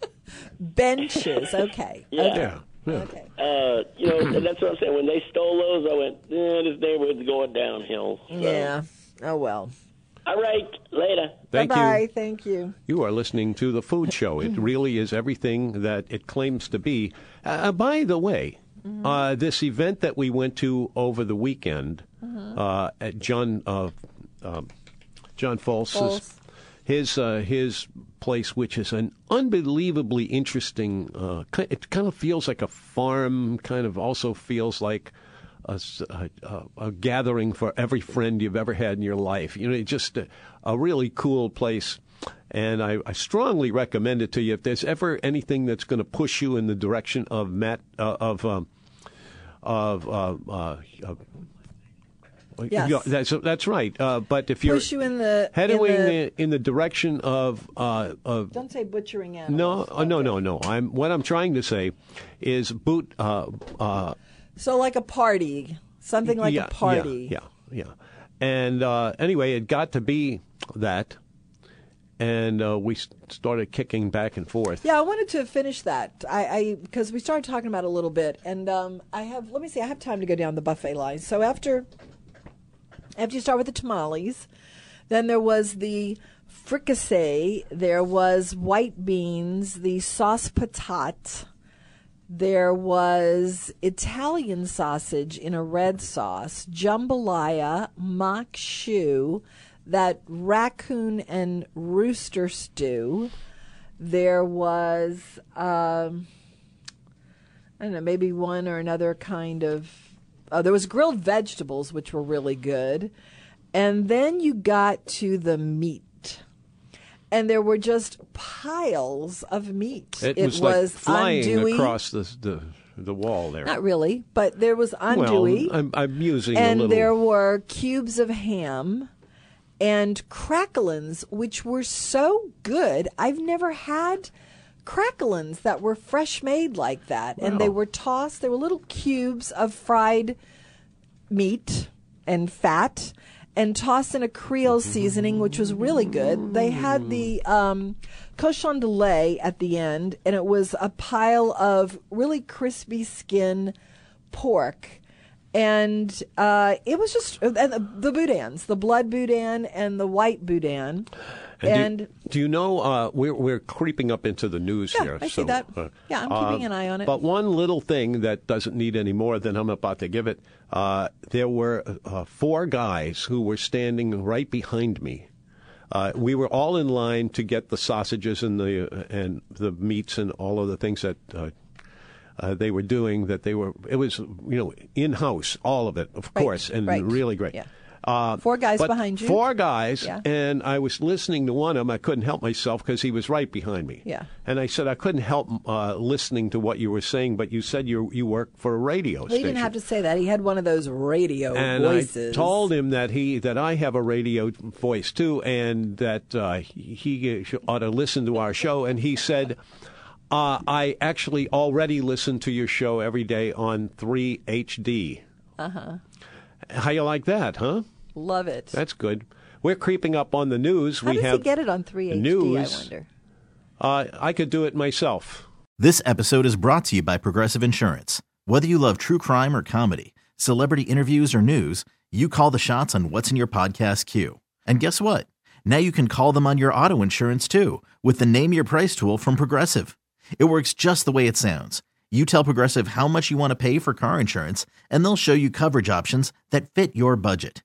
Speaker 3: Benches. Okay.
Speaker 6: Yeah.
Speaker 2: Yeah. yeah.
Speaker 3: Okay.
Speaker 6: Uh, you know, and that's what I'm saying. When they stole those, I went, eh, this neighborhood's going downhill. So,
Speaker 3: Yeah. Oh well.
Speaker 6: All right. Later.
Speaker 2: Thank
Speaker 3: bye bye.
Speaker 2: you.
Speaker 3: Thank you.
Speaker 2: You are listening to The Food Show. It really is everything that it claims to be. Uh, by the way, uh, this event that we went to over the weekend, uh, at John uh, um, John False's,
Speaker 3: Foles.
Speaker 2: his uh, his place, which is an unbelievably interesting. Uh, ki- it kind of feels like a farm. Kind of also feels like. A, s- a- a- a gathering for every friend you've ever had in your life. You know, it's just a, a really cool place. And I, I strongly recommend it to you. If there's ever anything that's going to push you in the direction of Matt, uh, of, um, of, uh, uh, uh,
Speaker 3: Yes.
Speaker 2: yeah, that's that's right. Uh, but if you're
Speaker 3: Push you in the-
Speaker 2: heading
Speaker 3: in the-
Speaker 2: in- in the direction of uh, of
Speaker 3: Don't say butchering
Speaker 2: no
Speaker 3: animals.
Speaker 2: uh, no no no, I'm what I'm trying to say is boot uh, uh,
Speaker 3: So like a party, something like
Speaker 2: yeah,
Speaker 3: a party.
Speaker 2: Yeah, yeah, yeah. And uh, anyway, it got to be that, and uh, we s- started kicking back and forth.
Speaker 3: Yeah, I wanted to finish that. I I because we started talking about it a little bit, and um, I have let me see. I have time to go down the buffet line. So after after you start with the tamales, then there was the fricassee. There was white beans, the sauce patate. There was Italian sausage in a red sauce, jambalaya, mock shoe, that raccoon and rooster stew. There was, um, I don't know, maybe one or another kind of. Oh, there was grilled vegetables, which were really good. And then you got to the meat. And there were just piles of meat.
Speaker 2: It, was, like flying
Speaker 3: andouille.
Speaker 2: across the, the the wall there.
Speaker 3: Not really, but there was
Speaker 2: well,
Speaker 3: andouille,
Speaker 2: I'm, I'm using
Speaker 3: and
Speaker 2: a little.
Speaker 3: there were cubes of ham, and cracklins, which were so good. I've never had cracklins that were fresh made like that, and they
Speaker 2: Wow.
Speaker 3: were tossed. They were little cubes of fried meat and fat and tossed in a creole seasoning which was really good they had the um, cochon de lait at the end and it was a pile of really crispy skin pork and uh, it was just and the, the boudins the blood boudin and the white boudin and,
Speaker 2: do, you- do you know uh, we're we're creeping up into the news
Speaker 3: Yeah,
Speaker 2: here?
Speaker 3: I see
Speaker 2: so, uh,
Speaker 3: that. Yeah, I'm keeping an eye on it.
Speaker 2: But one little thing that doesn't need any more than I'm about to give it. Uh, there were uh, four guys who were standing right behind me. Uh, we were all in line to get the sausages and the uh, and the meats and all of the things that. Uh, uh, they were doing that. They were. It was you know in house, all of it, of
Speaker 3: Right,
Speaker 2: course, and
Speaker 3: right.
Speaker 2: really great.
Speaker 3: Yeah.
Speaker 2: Uh,
Speaker 3: Four guys
Speaker 2: but
Speaker 3: behind you?
Speaker 2: Four guys,
Speaker 3: Yeah.
Speaker 2: and I was listening to one of them. I couldn't help myself because he was right behind me.
Speaker 3: Yeah.
Speaker 2: And I said I couldn't help uh, listening to what you were saying, but you said you you work for a radio
Speaker 3: well, he
Speaker 2: station.
Speaker 3: didn't have to say that he had one of those radio
Speaker 2: and I
Speaker 3: voices
Speaker 2: told him that he that I have a radio voice too, and that uh, he ought to listen to our show. And he said, uh, "I actually already listen to your show every day on three HD."
Speaker 3: Uh-huh.
Speaker 2: Uh huh. How you like that, huh?
Speaker 3: love it
Speaker 2: That's good. We're creeping up on the news.
Speaker 3: how
Speaker 2: we
Speaker 3: does
Speaker 2: have
Speaker 3: he get it on 3hd
Speaker 2: news.
Speaker 3: i wonder
Speaker 2: Uh, I could do it myself.
Speaker 1: This episode is brought to you by Progressive Insurance. Whether you love true crime or comedy, celebrity interviews or news, you call the shots on what's in your podcast queue. And guess what? Now you can call them on your auto insurance too with the Name Your Price tool from Progressive. It works just the way it sounds. You tell Progressive how much you want to pay for car insurance, and they'll show you coverage options that fit your budget.